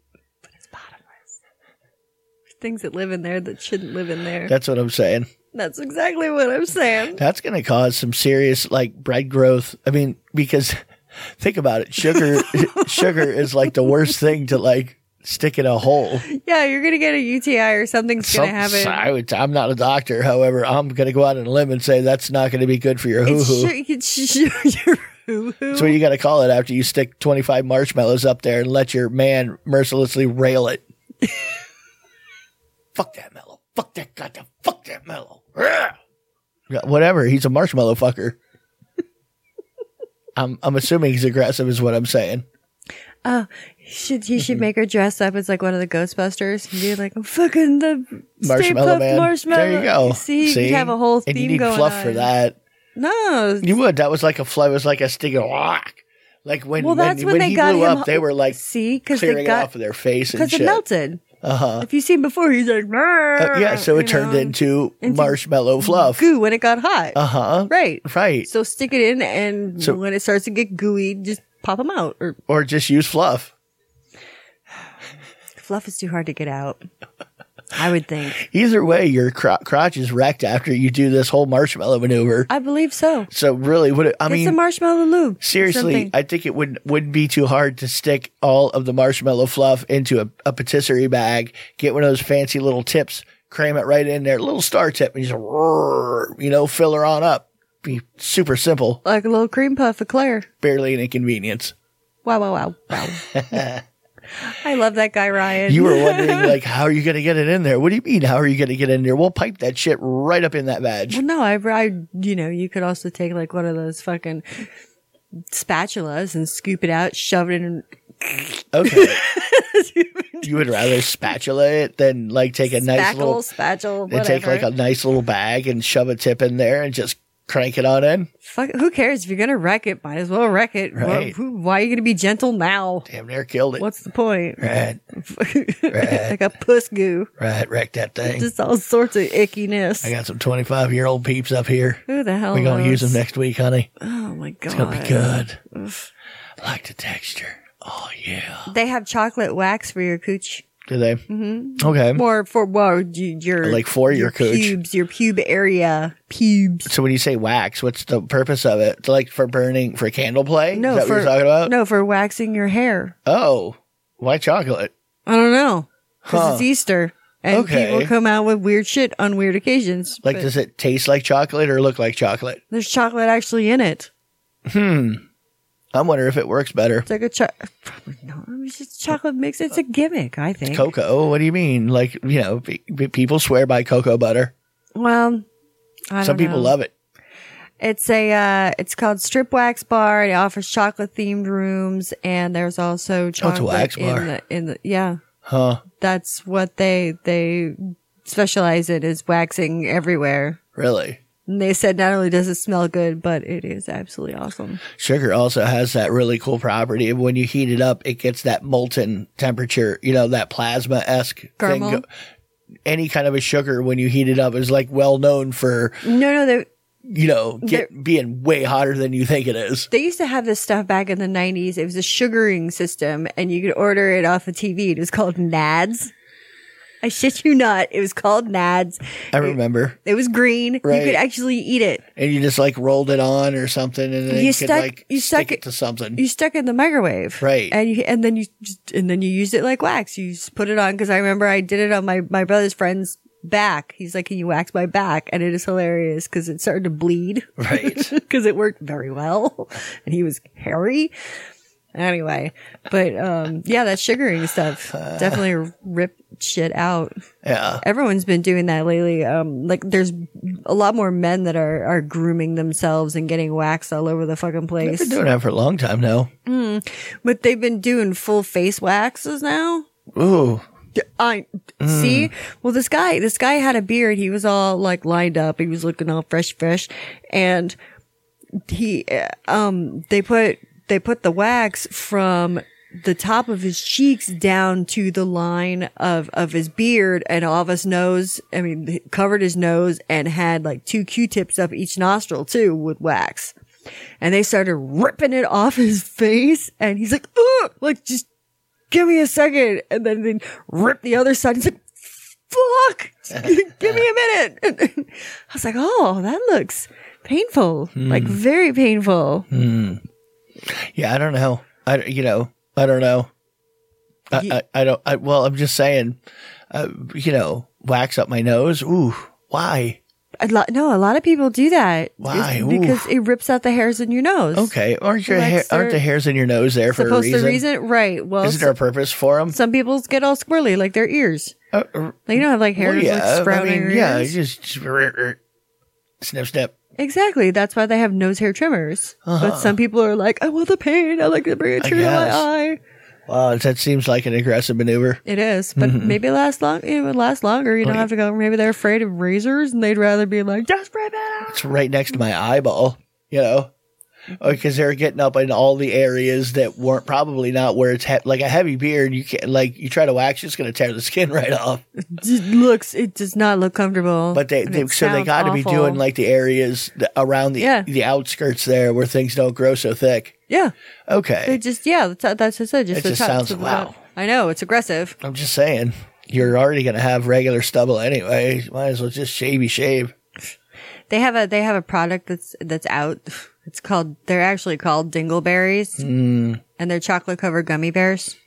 Speaker 1: Things that live in there that shouldn't live in there.
Speaker 2: That's what I'm saying.
Speaker 1: That's exactly what I'm saying.
Speaker 2: That's going to cause some serious like bread growth. I mean, because think about it, sugar sugar is like the worst thing to like stick in a hole.
Speaker 1: Yeah, you're gonna get a UTI or something's gonna
Speaker 2: Some-
Speaker 1: happen.
Speaker 2: I would, I'm not a doctor. However, I'm going to go out on a limb and say that's not going to be good for your hoo
Speaker 1: It's
Speaker 2: hoo.
Speaker 1: sure you can shoot your hoo-hoo.
Speaker 2: That's what you got to call it after you stick 25 marshmallows up there and let your man mercilessly rail it. fuck that mellow. Fuck that goddamn. Fuck that mellow. Yeah, Whatever. He's a marshmallow fucker. I'm, I'm assuming he's aggressive, is what I'm saying.
Speaker 1: should he should make her dress up as like one of the Ghostbusters and be like, I'm fucking the Stay
Speaker 2: Marshmallow
Speaker 1: Puft
Speaker 2: man.
Speaker 1: marshmallow.
Speaker 2: There you go.
Speaker 1: See, you have a whole theme
Speaker 2: and you need
Speaker 1: going
Speaker 2: fluff
Speaker 1: on.
Speaker 2: for that.
Speaker 1: No,
Speaker 2: You would. That was like a fly. Was like a stick of whack. Like when
Speaker 1: well,
Speaker 2: when,
Speaker 1: that's when,
Speaker 2: when
Speaker 1: they
Speaker 2: he
Speaker 1: got
Speaker 2: blew
Speaker 1: him.
Speaker 2: up, they were like
Speaker 1: see, because
Speaker 2: clearing
Speaker 1: they got
Speaker 2: it off of their face and
Speaker 1: because
Speaker 2: shit.
Speaker 1: it melted. Uh-huh. If you've seen before, he's like,
Speaker 2: Uh, yeah, so
Speaker 1: you
Speaker 2: it turned
Speaker 1: know,
Speaker 2: into, marshmallow fluff.
Speaker 1: goo when it got hot.
Speaker 2: Uh huh.
Speaker 1: Right,
Speaker 2: Right.
Speaker 1: So stick it in, and
Speaker 2: So-
Speaker 1: when it starts to get gooey, just pop them out. Or
Speaker 2: Or just use fluff.
Speaker 1: fluff is too hard to get out. I would think.
Speaker 2: Either way, your cro- crotch is wrecked after you do this whole marshmallow maneuver.
Speaker 1: I believe so.
Speaker 2: so really, what it, I
Speaker 1: Get
Speaker 2: mean,
Speaker 1: some marshmallow lube.
Speaker 2: seriously,
Speaker 1: something.
Speaker 2: I think it would wouldn't be too hard to stick all of the marshmallow fluff into a, a patisserie bag. Get one of those fancy little tips, cram it right in there, little star tip, and just roar, you know, fill her on up. Be super simple,
Speaker 1: like a little cream puff of Claire.
Speaker 2: barely an inconvenience.
Speaker 1: Wow, wow, wow, wow. I love that guy, Ryan.
Speaker 2: You were wondering, like, how are you going to get it in there? What do you mean, how are you going to get in there? We'll pipe that shit right up in that badge.
Speaker 1: Well, no, I, I, you know, you could also take like one of those fucking spatulas and scoop it out, shove it in.
Speaker 2: Okay. you would rather spatula it than, like, take a nice
Speaker 1: spackle,
Speaker 2: little,
Speaker 1: spatula, whatever.
Speaker 2: and take, like, a nice little bag and shove a tip in there and just crank it on in?
Speaker 1: Fuck, who cares? If you're going to wreck it, might as well wreck it. Why-
Speaker 2: Right.
Speaker 1: who- why are you going to be gentle now?
Speaker 2: Damn near killed it.
Speaker 1: What's the point?
Speaker 2: Right,
Speaker 1: like a puss goo.
Speaker 2: right, wreck that thing.
Speaker 1: Just all sorts of
Speaker 2: I
Speaker 1: ickiness.
Speaker 2: got some 25 year old peeps up here.
Speaker 1: Who the hell
Speaker 2: We're going to
Speaker 1: knows?
Speaker 2: use them next week, honey.
Speaker 1: Oh my God.
Speaker 2: It's going to be good. I like the texture. Oh, yeah.
Speaker 1: They have chocolate wax for your cooch.
Speaker 2: Do they? Mm-hmm. Okay.
Speaker 1: More for, well, y- your.
Speaker 2: Like for your cooch.
Speaker 1: pubes, your pube area. Pubes.
Speaker 2: So when you say wax, what's the purpose of it? It's Like for burning for candle play?
Speaker 1: No,
Speaker 2: Is that
Speaker 1: for,
Speaker 2: what you're talking about?
Speaker 1: No, for waxing your hair.
Speaker 2: Oh, white chocolate.
Speaker 1: I don't know because it's Easter and
Speaker 2: Okay.
Speaker 1: people come out with weird shit on weird occasions.
Speaker 2: Like,
Speaker 1: but
Speaker 2: does it taste like chocolate or look like chocolate?
Speaker 1: There's chocolate actually in it.
Speaker 2: I wonder if it works better.
Speaker 1: It's like a cho- probably not. I mean, it's just chocolate mix. It's a gimmick, I think.
Speaker 2: Cocoa? What do you mean? Like, you know, pe- pe- people swear by cocoa butter.
Speaker 1: well, I
Speaker 2: Some
Speaker 1: don't
Speaker 2: people
Speaker 1: know.
Speaker 2: love it.
Speaker 1: It's a uh, it's called Strip Wax Bar. It offers chocolate themed rooms, and there's also chocolate
Speaker 2: Oh, wax bar.
Speaker 1: in the in the yeah.
Speaker 2: Huh?
Speaker 1: That's what they they specialize in is waxing everywhere.
Speaker 2: Really?
Speaker 1: And they said not only does it smell good, but it is absolutely awesome.
Speaker 2: Sugar also has that really cool property. When you heat it up, it gets that molten temperature, you know, that plasma esque thing.
Speaker 1: Caramel?
Speaker 2: go- Any kind of a sugar when you heat it up is like well known for
Speaker 1: No, no, they
Speaker 2: you know, get
Speaker 1: There-
Speaker 2: being way hotter than you think it is.
Speaker 1: they used to have this stuff back in the nineties. It was a sugaring system, and you could order it off a TV. It was called Nads. I shit you not. It was called Nads.
Speaker 2: I remember.
Speaker 1: It was green.
Speaker 2: Right.
Speaker 1: You could actually eat it.
Speaker 2: And you just like rolled it on or something and then
Speaker 1: You
Speaker 2: you
Speaker 1: stuck-
Speaker 2: could like
Speaker 1: you
Speaker 2: stick
Speaker 1: stuck
Speaker 2: it,
Speaker 1: it-
Speaker 2: to something.
Speaker 1: You stuck it in the microwave,
Speaker 2: Right.
Speaker 1: And you and then you just, and then you used it like wax. You just put it on because I remember I did it on my my brother's friend's back. He's like, "Can you wax my back?" And it is hilarious because it started to bleed.
Speaker 2: right.
Speaker 1: because it worked very well and he was hairy anyway but um yeah that sugaring stuff definitely rip shit out
Speaker 2: Yeah.
Speaker 1: everyone's been doing that lately um like there's a lot more men that are are grooming themselves and getting waxed all over the fucking
Speaker 2: I've been
Speaker 1: place
Speaker 2: doing that for a long time now.
Speaker 1: but they've been doing full face waxes now
Speaker 2: Ooh.
Speaker 1: I see. Well, this guy, this guy had a beard. He was all like lined up. He was looking all fresh, fresh, and he, uh, um, they put they put the wax from the top of his cheeks down to the line of of his beard and all of his nose. I mean, he covered his nose and had like two Q-tips up each nostril too with wax. And they started ripping it off his face, and he's like, "Ugh!" Like just give me a second. And then they rip the other side. He's like, fuck, give me a minute. And, and I was like, oh, that looks painful,
Speaker 2: Hmm.
Speaker 1: like very painful.
Speaker 2: Yeah, I don't know. I you know, I don't know. I, I, I don't. I, well, I'm just saying, uh, you know, wax up my nose. Ooh, why?
Speaker 1: A lot, no, a lot of people do that.
Speaker 2: Why?
Speaker 1: It's Because it rips out the hairs in your nose.
Speaker 2: Okay, aren't your
Speaker 1: Wax
Speaker 2: hair, aren't
Speaker 1: their-
Speaker 2: the hairs in your nose there for a
Speaker 1: Supposed
Speaker 2: reason?
Speaker 1: to reason, right? Well,
Speaker 2: Isn't there a purpose for Uh, them?
Speaker 1: s- some people get all squirrely, like their ears. Like you don't have like hairs like sprouting. in your
Speaker 2: yeah,
Speaker 1: ears.
Speaker 2: just, just snip, snip.
Speaker 1: Exactly. That's why they have nose hair trimmers. But some people are like, I want the pain. I like to bring it
Speaker 2: Uh-huh. I
Speaker 1: through to my
Speaker 2: guess.
Speaker 1: eye.
Speaker 2: Wow, that seems like an aggressive maneuver.
Speaker 1: It is, but
Speaker 2: Mm-hmm.
Speaker 1: maybe it lasts long. It would last longer. You don't have to go. Maybe they're afraid of razors and they'd rather be like, just rip it out.
Speaker 2: It's right next to my eyeball, you know, because they're getting up in all the areas that weren't probably not where it's he- like a heavy beard. You can't like you try to wax, it's going to tear the skin right off.
Speaker 1: It looks. It does not look comfortable.
Speaker 2: But they,
Speaker 1: and
Speaker 2: they
Speaker 1: it
Speaker 2: so they
Speaker 1: sounds
Speaker 2: got to be
Speaker 1: awful.
Speaker 2: doing like the areas th- around the
Speaker 1: Yeah.
Speaker 2: the outskirts there where things don't grow so thick.
Speaker 1: yeah.
Speaker 2: Okay,
Speaker 1: They just yeah. That's, that's just it. Just
Speaker 2: It
Speaker 1: the
Speaker 2: just
Speaker 1: top,
Speaker 2: sounds-
Speaker 1: to the
Speaker 2: wow.
Speaker 1: top. I know it's aggressive.
Speaker 2: I'm just saying, you're already going to have regular stubble anyway. Might as well just shavey shave.
Speaker 1: They have a they have a product that's that's out. It's called they're actually called dingleberries, mm. and they're chocolate covered gummy bears.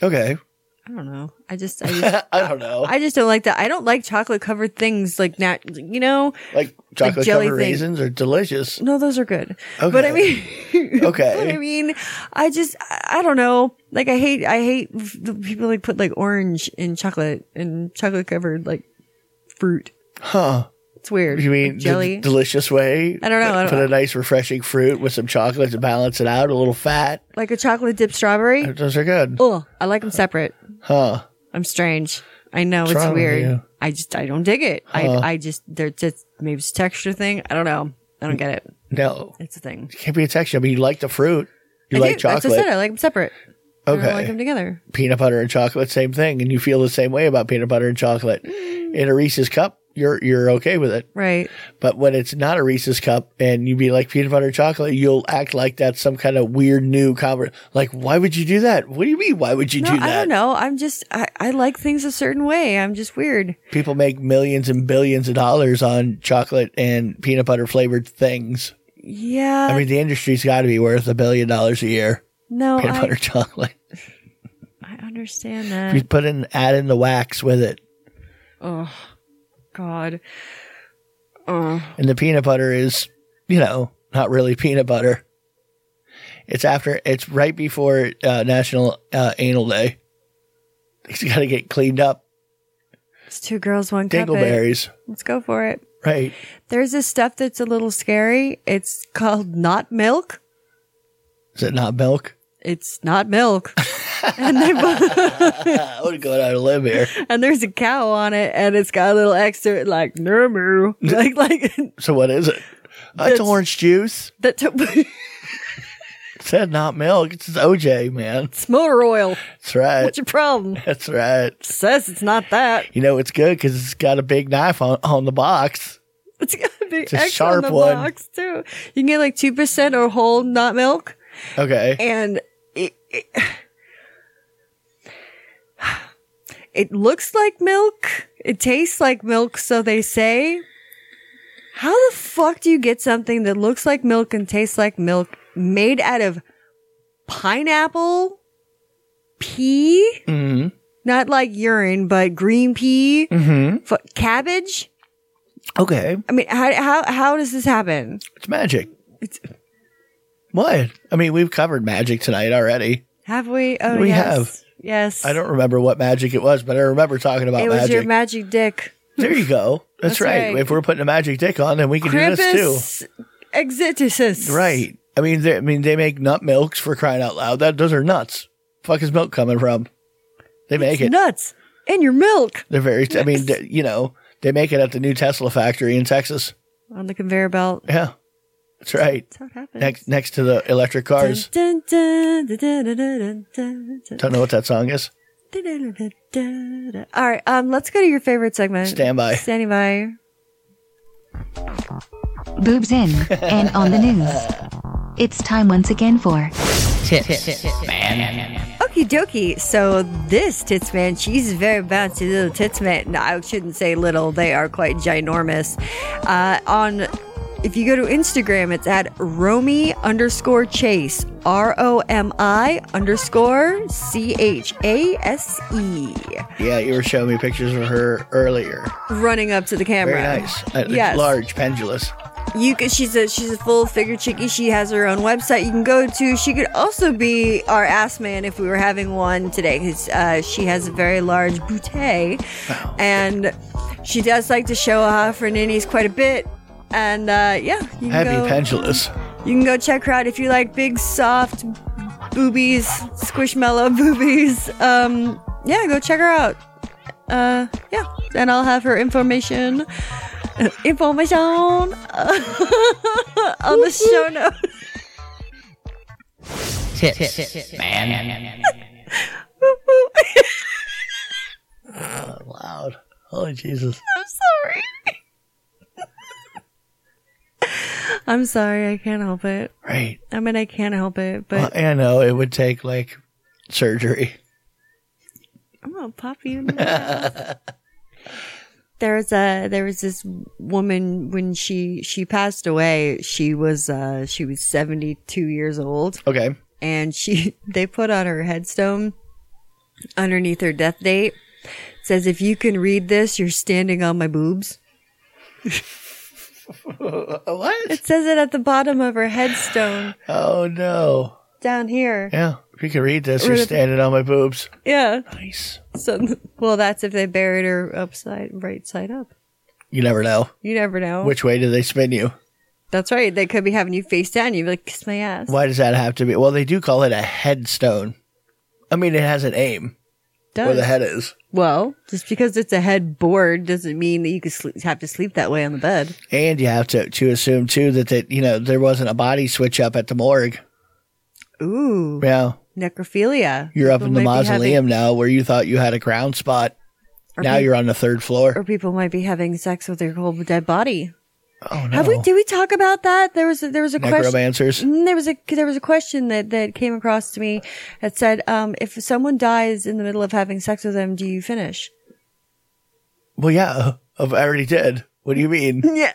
Speaker 2: Okay,
Speaker 1: I don't know. I just I just,
Speaker 2: I don't know,
Speaker 1: I just don't like that. I don't like chocolate covered things like not you know.
Speaker 2: like chocolate
Speaker 1: jelly
Speaker 2: covered
Speaker 1: thing.
Speaker 2: raisins are delicious.
Speaker 1: No, those are good. But I mean, but I
Speaker 2: Okay,
Speaker 1: mean, I just I I don't know. Like I hate I hate the people like put like orange in chocolate and chocolate covered like fruit.
Speaker 2: huh?
Speaker 1: It's weird.
Speaker 2: You mean
Speaker 1: Like
Speaker 2: the
Speaker 1: jelly?
Speaker 2: delicious way?
Speaker 1: I don't know, I don't
Speaker 2: Put
Speaker 1: know.
Speaker 2: a nice refreshing fruit with some chocolate to balance it out. A little fat.
Speaker 1: like a chocolate dipped strawberry?
Speaker 2: Those are good,
Speaker 1: Oh, I like them separate.
Speaker 2: huh?
Speaker 1: I'm strange. I know it's
Speaker 2: wrong with
Speaker 1: weird.
Speaker 2: you?
Speaker 1: I just I don't dig it. I I just they're just maybe it's a texture thing. I don't know. I don't get it.
Speaker 2: No,
Speaker 1: It's a thing.
Speaker 2: can't be a texture. I mean, you like the fruit. You
Speaker 1: I
Speaker 2: like
Speaker 1: do. That's what I said.
Speaker 2: chocolate,
Speaker 1: I like them separate. I
Speaker 2: Okay.
Speaker 1: don't like them together.
Speaker 2: peanut butter and chocolate, same thing, and you feel the same way about peanut butter and chocolate.
Speaker 1: Mm.
Speaker 2: In a Reese's cup, you're you're okay with it.
Speaker 1: Right.
Speaker 2: But when it's not a Reese's cup and you be like peanut butter and chocolate, you'll act like that's some kind of weird new conver Like, why would you do that? What do you mean? Why would you
Speaker 1: No,
Speaker 2: do that?
Speaker 1: I don't know. I'm just I, I like things a certain way. I'm just weird.
Speaker 2: People make millions and billions of dollars on chocolate and peanut butter flavored things.
Speaker 1: Yeah.
Speaker 2: I mean, the industry's got to be worth a billion dollars a year.
Speaker 1: no,
Speaker 2: Peanut butter
Speaker 1: Oh, I,
Speaker 2: chocolate.
Speaker 1: I understand
Speaker 2: You
Speaker 1: that.
Speaker 2: put in, add in the wax with it,
Speaker 1: Oh God.
Speaker 2: and the peanut butter is, you know, not really peanut butter. It's after, it's right before uh, National uh, Anal Day. It's got to get cleaned up.
Speaker 1: It's two girls, one cup. it.
Speaker 2: Dingleberries.
Speaker 1: Let's go for it.
Speaker 2: Right.
Speaker 1: There's this stuff that's a little scary. It's called not milk.
Speaker 2: Is it not milk?
Speaker 1: It's not milk. and they
Speaker 2: I would go out on a limb here.
Speaker 1: and there's a cow on it, and it's got a little extra like nermu, like like
Speaker 2: So what is it? Uh, it's
Speaker 1: That's-
Speaker 2: orange juice.
Speaker 1: that t-
Speaker 2: It said not milk. It's OJ, man.
Speaker 1: it's motor oil.
Speaker 2: That's right.
Speaker 1: What's your problem?
Speaker 2: That's right.
Speaker 1: says it's not that.
Speaker 2: You know it's good because it's got a big knife on, on the box.
Speaker 1: It's gotta be
Speaker 2: a
Speaker 1: extra
Speaker 2: sharp
Speaker 1: in the
Speaker 2: one.
Speaker 1: box too. You can get like two percent or whole nut milk,
Speaker 2: Okay.
Speaker 1: and it, it it looks like milk. It tastes like milk, so they say. How the fuck do you get something that looks like milk and tastes like milk made out of pineapple pea?
Speaker 2: Mm-hmm.
Speaker 1: Not like urine, but green pea,
Speaker 2: Mm-hmm.
Speaker 1: fu- cabbage.
Speaker 2: Okay.
Speaker 1: I mean, how how how does this happen?
Speaker 2: It's magic.
Speaker 1: It's,
Speaker 2: What? I mean, we've covered magic tonight already.
Speaker 1: have we? Oh,
Speaker 2: We
Speaker 1: yes.
Speaker 2: have.
Speaker 1: Yes.
Speaker 2: I don't remember what magic it was, but I remember talking about
Speaker 1: It was
Speaker 2: magic.
Speaker 1: your magic dick.
Speaker 2: there you go. That's,
Speaker 1: That's
Speaker 2: right.
Speaker 1: right.
Speaker 2: If we're putting a magic dick on, then we can do this
Speaker 1: Krampus exitus.
Speaker 2: too. Right. I mean, they, I mean, they make nut milks for crying out loud. That those are nuts. Fuck is milk coming from? They make it.
Speaker 1: Nuts in your milk
Speaker 2: They're very. I mean, d you know, they make it at the new Tesla factory in Texas.
Speaker 1: on the conveyor belt.
Speaker 2: Yeah, that's right.
Speaker 1: That's how it happens.
Speaker 2: Next, next to the electric cars.
Speaker 1: Dun, dun, dun, dun, dun, dun, dun, dun,
Speaker 2: Don't know what that song is.
Speaker 1: dun, dun, dun, dun, dun. All right, um, let's go to your favorite segment.
Speaker 2: Stand by.
Speaker 1: Standing by.
Speaker 4: Boobs in and on the news. It's time once again for
Speaker 1: Okie dokie. So this tits man, she's a very bouncy little tits man. No, I shouldn't say little. They are quite ginormous. Uh, on If you go to Instagram, it's at Romy underscore Chase. R O M I underscore C H A S E.
Speaker 2: Yeah, you were showing me pictures of her earlier.
Speaker 1: Running up to the camera.
Speaker 2: Very nice. Uh,
Speaker 1: Yes.
Speaker 2: Large, pendulous.
Speaker 1: You could, she's a she's a full figure chickie. She has her own website you can go to. She could also be our ass man if we were having one today because uh, she has a very large bootay, and she does like to show off her ninnies quite a bit. And uh, yeah, you can
Speaker 2: Heavy
Speaker 1: go,
Speaker 2: pendulous.
Speaker 1: You can go check her out if you like big soft boobies, squishmallow boobies. Um, yeah, go check her out. Uh, yeah, and I'll have her information uh, information uh, on the show notes.
Speaker 8: Tips, man.
Speaker 2: Loud. Holy Jesus.
Speaker 1: I'm sorry. I'm sorry, I can't help it.
Speaker 2: Right.
Speaker 1: I mean, I can't help it,
Speaker 2: Well,
Speaker 1: but
Speaker 2: I know it would take like surgery.
Speaker 1: I'm gonna pop you. In the mouth. there was a there was this woman when she she passed away. She was uh she was 72 years old.
Speaker 2: Okay.
Speaker 1: and she they put on her headstone underneath her death date it says if you can read this you're standing on my boobs
Speaker 2: What?
Speaker 1: it says it at the bottom of her headstone
Speaker 2: Oh no.
Speaker 1: down here
Speaker 2: Yeah. If you can read this, you're
Speaker 1: Really?
Speaker 2: standing on my boobs.
Speaker 1: yeah
Speaker 2: Nice.
Speaker 1: so well that's if they buried her upside right side up
Speaker 2: You never know.
Speaker 1: you never know
Speaker 2: Which way do they spin you?
Speaker 1: that's right they could be having you face down you'd be like kiss my ass
Speaker 2: Why does that have to be? Well, they do call it a headstone. I mean, it has an aim where
Speaker 1: Does.
Speaker 2: the head is.
Speaker 1: well just because it's a headboard doesn't mean that you could sleep, have to sleep that way on the bed
Speaker 2: And you have to, to assume too that that you know there wasn't a body switch up at the morgue.
Speaker 1: ooh
Speaker 2: Yeah,
Speaker 1: necrophilia
Speaker 2: you're up
Speaker 1: People
Speaker 2: in the
Speaker 1: might be having-
Speaker 2: mausoleum now where you thought you had a crown spot.
Speaker 1: Or
Speaker 2: now
Speaker 1: peop-
Speaker 2: you're on the third
Speaker 1: or
Speaker 2: floor.
Speaker 1: people might be having sex with their whole dead body.
Speaker 2: Oh no!
Speaker 1: Have we? Did we talk about that? There was a, there was a question.
Speaker 2: Necromancers.
Speaker 1: Mm, There was a there was a question that that came across to me that said, um, if someone dies in the middle of having sex with them, do you finish?
Speaker 2: Well, yeah, I've- I already did. What do you mean?
Speaker 1: Yeah,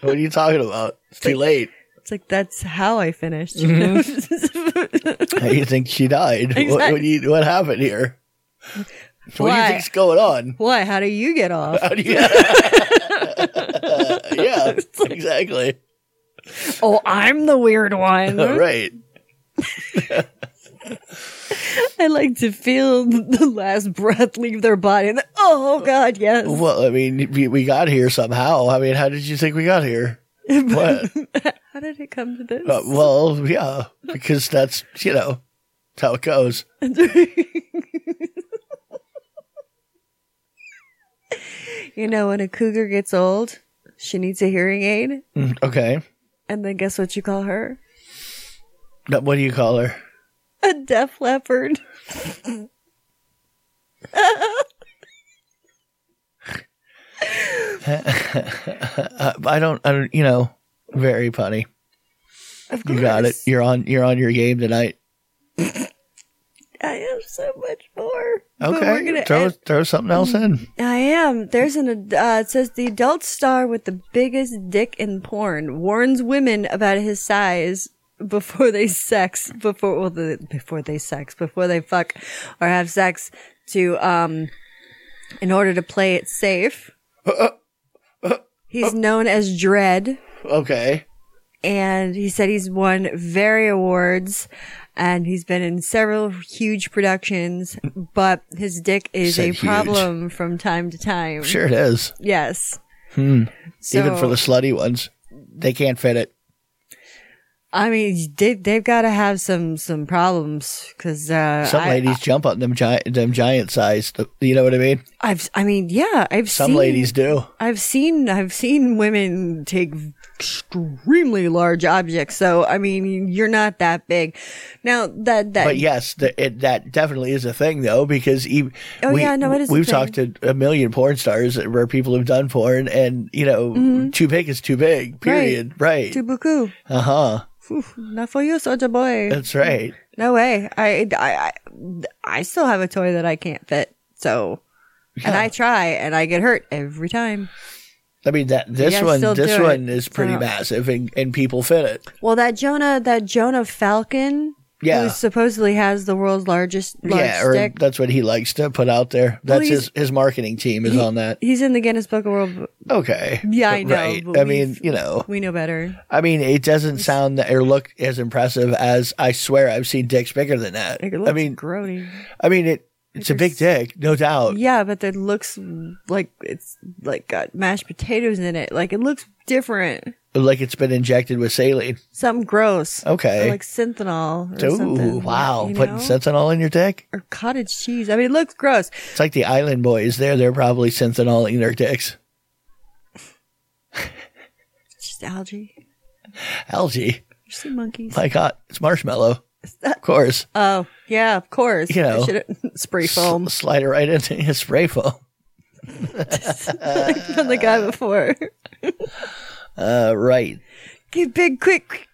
Speaker 2: what are you talking about? It's too late.
Speaker 1: it's like that's how I finished.
Speaker 2: Mm-hmm. How do you think she died? What, what, do you, what happened here? What do you
Speaker 1: Why?
Speaker 2: think's going on?
Speaker 1: Why? How do you get off?
Speaker 2: How do you- yeah, exactly.
Speaker 1: oh, I'm the weird one.
Speaker 2: All right.
Speaker 1: I like to feel the last breath leave their body. And then, oh God, yes.
Speaker 2: Well, I mean, we, we got here somehow. I mean, how did you think we got here? What?
Speaker 1: How did it come to this?
Speaker 2: Uh, well, yeah, because that's you know that's how it goes.
Speaker 1: you know, when a cougar gets old, she needs a hearing aid.
Speaker 2: Mm, Okay.
Speaker 1: And then guess what you call her?
Speaker 2: Now, What do you call her?
Speaker 1: A deaf leopard.
Speaker 2: Uh, I don't. I don't. You know, very funny. You got it. You're on. You're on your game tonight.
Speaker 1: I have so much more. But we're
Speaker 2: Okay.
Speaker 1: gonna Mm-hmm.
Speaker 2: Throw
Speaker 1: end-
Speaker 2: throw something else in.
Speaker 1: I am. There's an. ad- Uh, it says the adult star with the biggest dick in porn warns women about his size before they sex before well the, before they sex before they fuck or have sex to um in order to play it safe. He's known as Dread.
Speaker 2: Okay.
Speaker 1: and he said he's won very awards and he's been in several huge productions, but his dick is
Speaker 2: Said
Speaker 1: a
Speaker 2: huge.
Speaker 1: problem from time to time.
Speaker 2: Sure it is.
Speaker 1: Yes. So,
Speaker 2: Hmm. Even for the slutty ones, they can't fit it.
Speaker 1: I mean, they, they've got to have some some problems because uh,
Speaker 2: Some
Speaker 1: I-
Speaker 2: ladies jump on them giant them giant sized. You know what I mean?
Speaker 1: I've I mean, yeah, I've
Speaker 2: Some
Speaker 1: seen,
Speaker 2: ladies do.
Speaker 1: I've seen I've seen women take extremely large objects. So I mean, you're not that big. Now that that
Speaker 2: But yes, the, it, that definitely is a thing, though, because e
Speaker 1: Oh, yeah, no, it is a
Speaker 2: we've
Speaker 1: thing.
Speaker 2: talked to a million porn stars where people have done porn, and you know,
Speaker 1: Mm-hmm.
Speaker 2: too big is too big. Period. Right.
Speaker 1: to buku.
Speaker 2: uh huh.
Speaker 1: Not for you, soldier boy.
Speaker 2: That's right.
Speaker 1: No way. I, I, I, I still have a toy that I can't fit. So, and I try and I get hurt every time.
Speaker 2: I mean that this
Speaker 1: guys
Speaker 2: one
Speaker 1: still
Speaker 2: this
Speaker 1: do it.
Speaker 2: one is pretty
Speaker 1: So-
Speaker 2: massive and, and people fit it.
Speaker 1: Well, that Jonah, that Jonah Falcon,
Speaker 2: Yeah.
Speaker 1: who supposedly has the world's largest large
Speaker 2: yeah, or
Speaker 1: stick.
Speaker 2: that's what he likes to put out there. That's
Speaker 1: he's-
Speaker 2: his his marketing team is on that.
Speaker 1: He's in the Guinness Book of World.
Speaker 2: Okay.
Speaker 1: Yeah, I know,
Speaker 2: Right.
Speaker 1: but
Speaker 2: I
Speaker 1: we-
Speaker 2: mean, you know,
Speaker 1: We know better.
Speaker 2: I mean, it doesn't sound or look as impressive as I swear I've seen dicks bigger than that.
Speaker 1: Like, it
Speaker 2: I
Speaker 1: looks
Speaker 2: mean,
Speaker 1: grody.
Speaker 2: I mean it. It's a big dick, no doubt.
Speaker 1: Yeah, but it looks like it's like got mashed potatoes in it. Like it looks different.
Speaker 2: Like it's been injected with saline.
Speaker 1: Something gross.
Speaker 2: Okay.
Speaker 1: Or like fentanyl. Or
Speaker 2: Ooh,
Speaker 1: something.
Speaker 2: wow!
Speaker 1: You
Speaker 2: Putting
Speaker 1: know?
Speaker 2: fentanyl in your dick?
Speaker 1: or cottage cheese. I mean, it looks gross.
Speaker 2: It's like the Island Boys. There, they're probably fentanyl in their dicks.
Speaker 1: It's just algae.
Speaker 2: Algae.
Speaker 1: You see monkeys.
Speaker 2: My God, it's marshmallow. Of course,
Speaker 1: oh yeah, of course.
Speaker 2: You know.
Speaker 1: I should've- spray foam.
Speaker 2: S- slide it right into his spray foam.
Speaker 1: I've done the guy before.
Speaker 2: Uh, right.
Speaker 1: Get big, quick. quick.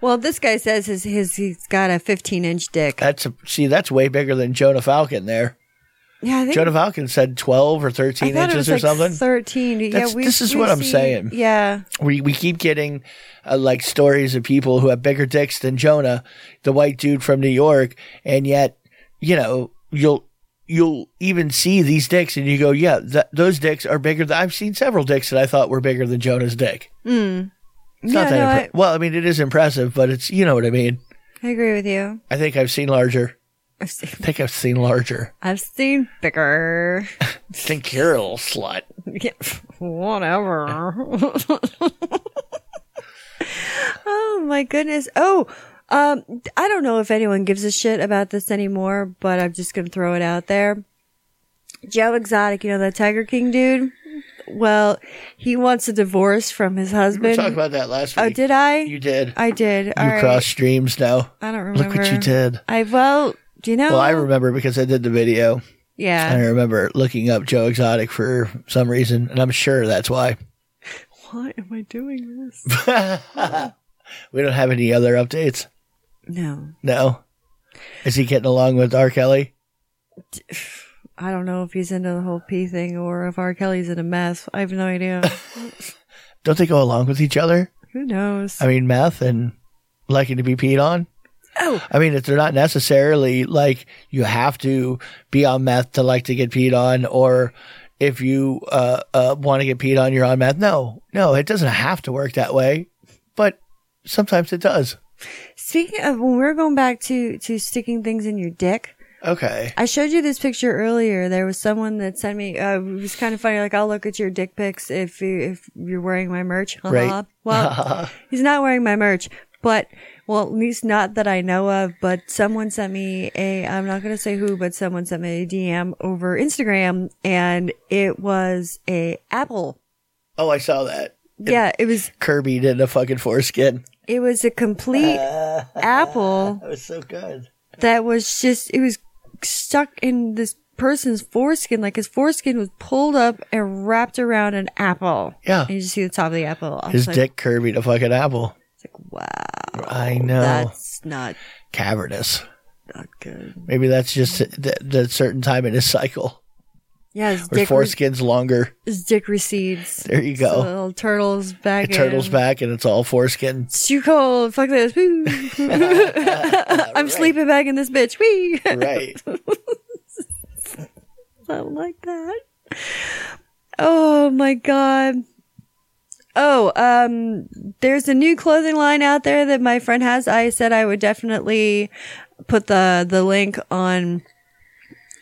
Speaker 1: Well, this guy says his, his he's got a 15 inch dick.
Speaker 2: That's a, see, that's way bigger than Jonah Falcon. There,
Speaker 1: Yeah, I think
Speaker 2: Jonah Falcon said twelve or
Speaker 1: I
Speaker 2: thirteen
Speaker 1: thought it
Speaker 2: inches
Speaker 1: was
Speaker 2: or
Speaker 1: like
Speaker 2: something.
Speaker 1: 13.
Speaker 2: That's-
Speaker 1: yeah, we,
Speaker 2: this is
Speaker 1: we
Speaker 2: what I'm
Speaker 1: see-
Speaker 2: saying.
Speaker 1: Yeah,
Speaker 2: we we keep getting uh, like stories of people who have bigger dicks than Jonah, the white dude from New York, and yet you know you'll you'll even see these dicks and you go, yeah, th- those dicks are bigger. Than- I've seen several dicks that I thought were bigger than Jonah's dick. It's not
Speaker 1: Yeah,
Speaker 2: that
Speaker 1: no,
Speaker 2: impre- well, I mean, it is impressive, but it's you know what I mean.
Speaker 1: I agree with you.
Speaker 2: I think I've seen larger.
Speaker 1: I've seen,
Speaker 2: I think I've seen larger.
Speaker 1: I've seen bigger.
Speaker 2: I think you're a little slut.
Speaker 1: Yeah, Whatever. oh my goodness. Oh, um, I don't know if anyone gives a shit about this anymore, but I'm just gonna throw it out there. Joe Exotic, you know that Tiger King dude. Well, he wants a divorce from his
Speaker 2: We
Speaker 1: husband.
Speaker 2: talked about that last week.
Speaker 1: oh, did I?
Speaker 2: you did?
Speaker 1: I did. All
Speaker 2: you
Speaker 1: right.
Speaker 2: crossed streams now.
Speaker 1: I don't remember.
Speaker 2: Look what you did.
Speaker 1: I well, do you know?
Speaker 2: Well, I remember because I did the video. And I
Speaker 1: Yeah.
Speaker 2: remember looking up Joe Exotic for some reason, and I'm sure that's why.
Speaker 1: Why am I doing this?
Speaker 2: We don't have any other updates.
Speaker 1: No,
Speaker 2: No. Is he getting along with R. Kelly?
Speaker 1: I don't know if he's into the whole pee thing or if R. Kelly's in a mess. I have no idea.
Speaker 2: Don't they go along with each other?
Speaker 1: Who knows?
Speaker 2: I mean, meth and liking to be peed on?
Speaker 1: Oh.
Speaker 2: I mean, if they're not necessarily like you have to be on meth to like to get peed on, or if you uh, uh, want to get peed on, you're on meth. No, no, it doesn't have to work that way, but sometimes it does.
Speaker 1: Speaking of, when we we're going back to to sticking things in your dick,
Speaker 2: Okay.
Speaker 1: I showed you this picture earlier. There was someone that sent me. Uh, it was kind of funny. Like, I'll look at your dick pics if you, if you're wearing my merch.
Speaker 2: Right.
Speaker 1: well, he's not wearing my merch, but well, at least not that I know of. But someone sent me a. I'm not gonna say who, but someone sent me a DM over Instagram, and it was a apple.
Speaker 2: Oh, I saw that.
Speaker 1: Yeah, it was.
Speaker 2: Kirby did a fucking foreskin.
Speaker 1: It was a complete apple.
Speaker 2: That was so good.
Speaker 1: that was just it was stuck in this person's foreskin like his foreskin was pulled up and wrapped around an apple
Speaker 2: Yeah.
Speaker 1: and you just see the top of the apple I
Speaker 2: His
Speaker 1: was like,
Speaker 2: dick Kirby to fucking apple.
Speaker 1: it's like, wow
Speaker 2: I know.
Speaker 1: that's not
Speaker 2: Cavernous.
Speaker 1: not good
Speaker 2: Maybe that's just the, the certain time in his cycle.
Speaker 1: yeah his
Speaker 2: Where
Speaker 1: dick, re-
Speaker 2: foreskin's longer.
Speaker 1: his dick recedes
Speaker 2: There you
Speaker 1: So
Speaker 2: go.
Speaker 1: the little turtles back
Speaker 2: It turtles
Speaker 1: in.
Speaker 2: back and it's all foreskin.
Speaker 1: it's too cold fuck this Woo. i'm sleeping back in this bitch Wee.
Speaker 2: Right.
Speaker 1: something like that. Oh my god. Oh, um, there's a new clothing line out there that my friend has. I said I would definitely put the the link on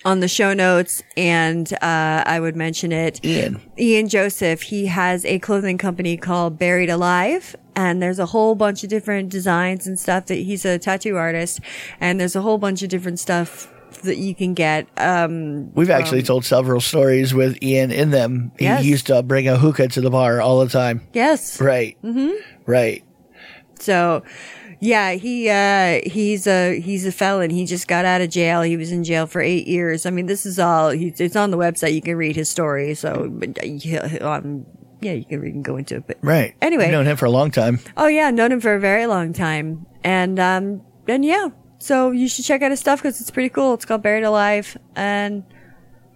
Speaker 1: on the show notes, and uh, I would mention it.
Speaker 2: Ian.
Speaker 1: Ian Joseph, he has a clothing company called Buried Alive. And there's a whole bunch of different designs and stuff that he's a tattoo artist. And there's a whole bunch of different stuff that you can get. Um,
Speaker 2: We've actually told several stories with Ian in them. He
Speaker 1: Yes.
Speaker 2: used to bring a hookah to the bar all the time.
Speaker 1: yes.
Speaker 2: Right. Mm-hmm. Right.
Speaker 1: So yeah, he uh he's a he's a felon. He just got out of jail. He was in jail for 8 years. I mean, this is all he, it's on the website. You can read his story. So but, uh, yeah, um, yeah, you can read and go into it. But
Speaker 2: Right.
Speaker 1: Anyway.
Speaker 2: We've known him for a long time.
Speaker 1: Oh yeah, known him for a very long time, and um, and yeah, so you should check out his stuff because it's pretty cool. It's called Buried Alive, and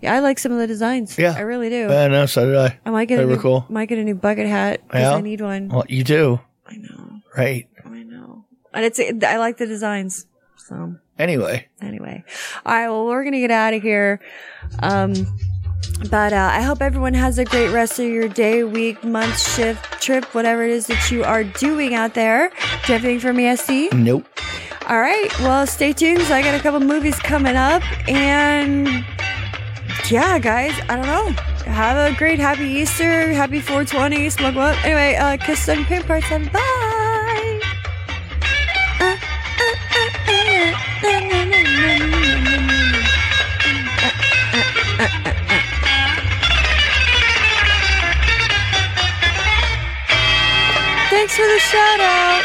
Speaker 1: Yeah, I like some of the designs.
Speaker 2: Yeah.
Speaker 1: I really do.
Speaker 2: I know, Uh, so did I.
Speaker 1: I might get
Speaker 2: they
Speaker 1: a
Speaker 2: were
Speaker 1: new,
Speaker 2: cool.
Speaker 1: might get a new bucket hat because
Speaker 2: Yeah.
Speaker 1: I need one.
Speaker 2: Well, you do,
Speaker 1: I know,
Speaker 2: right?
Speaker 1: I know, and it's I like the designs. So
Speaker 2: Anyway,
Speaker 1: anyway, all right. Well, we're gonna get out of here. Um, but uh, I hope everyone has a great rest of your day, week, month, shift, trip, whatever it is that you are doing out there. Do you have anything for me, SC?
Speaker 2: nope.
Speaker 1: All right. Well, stay tuned. 'cause I got a couple movies coming up, and yeah, guys, I don't know. Have a great happy Easter, happy 420, smoke well. Anyway, uh, kiss some pimp parts and bye. Uh, uh, uh, uh, na, na, na, na, na, na, na, na. Thanks for the shout out.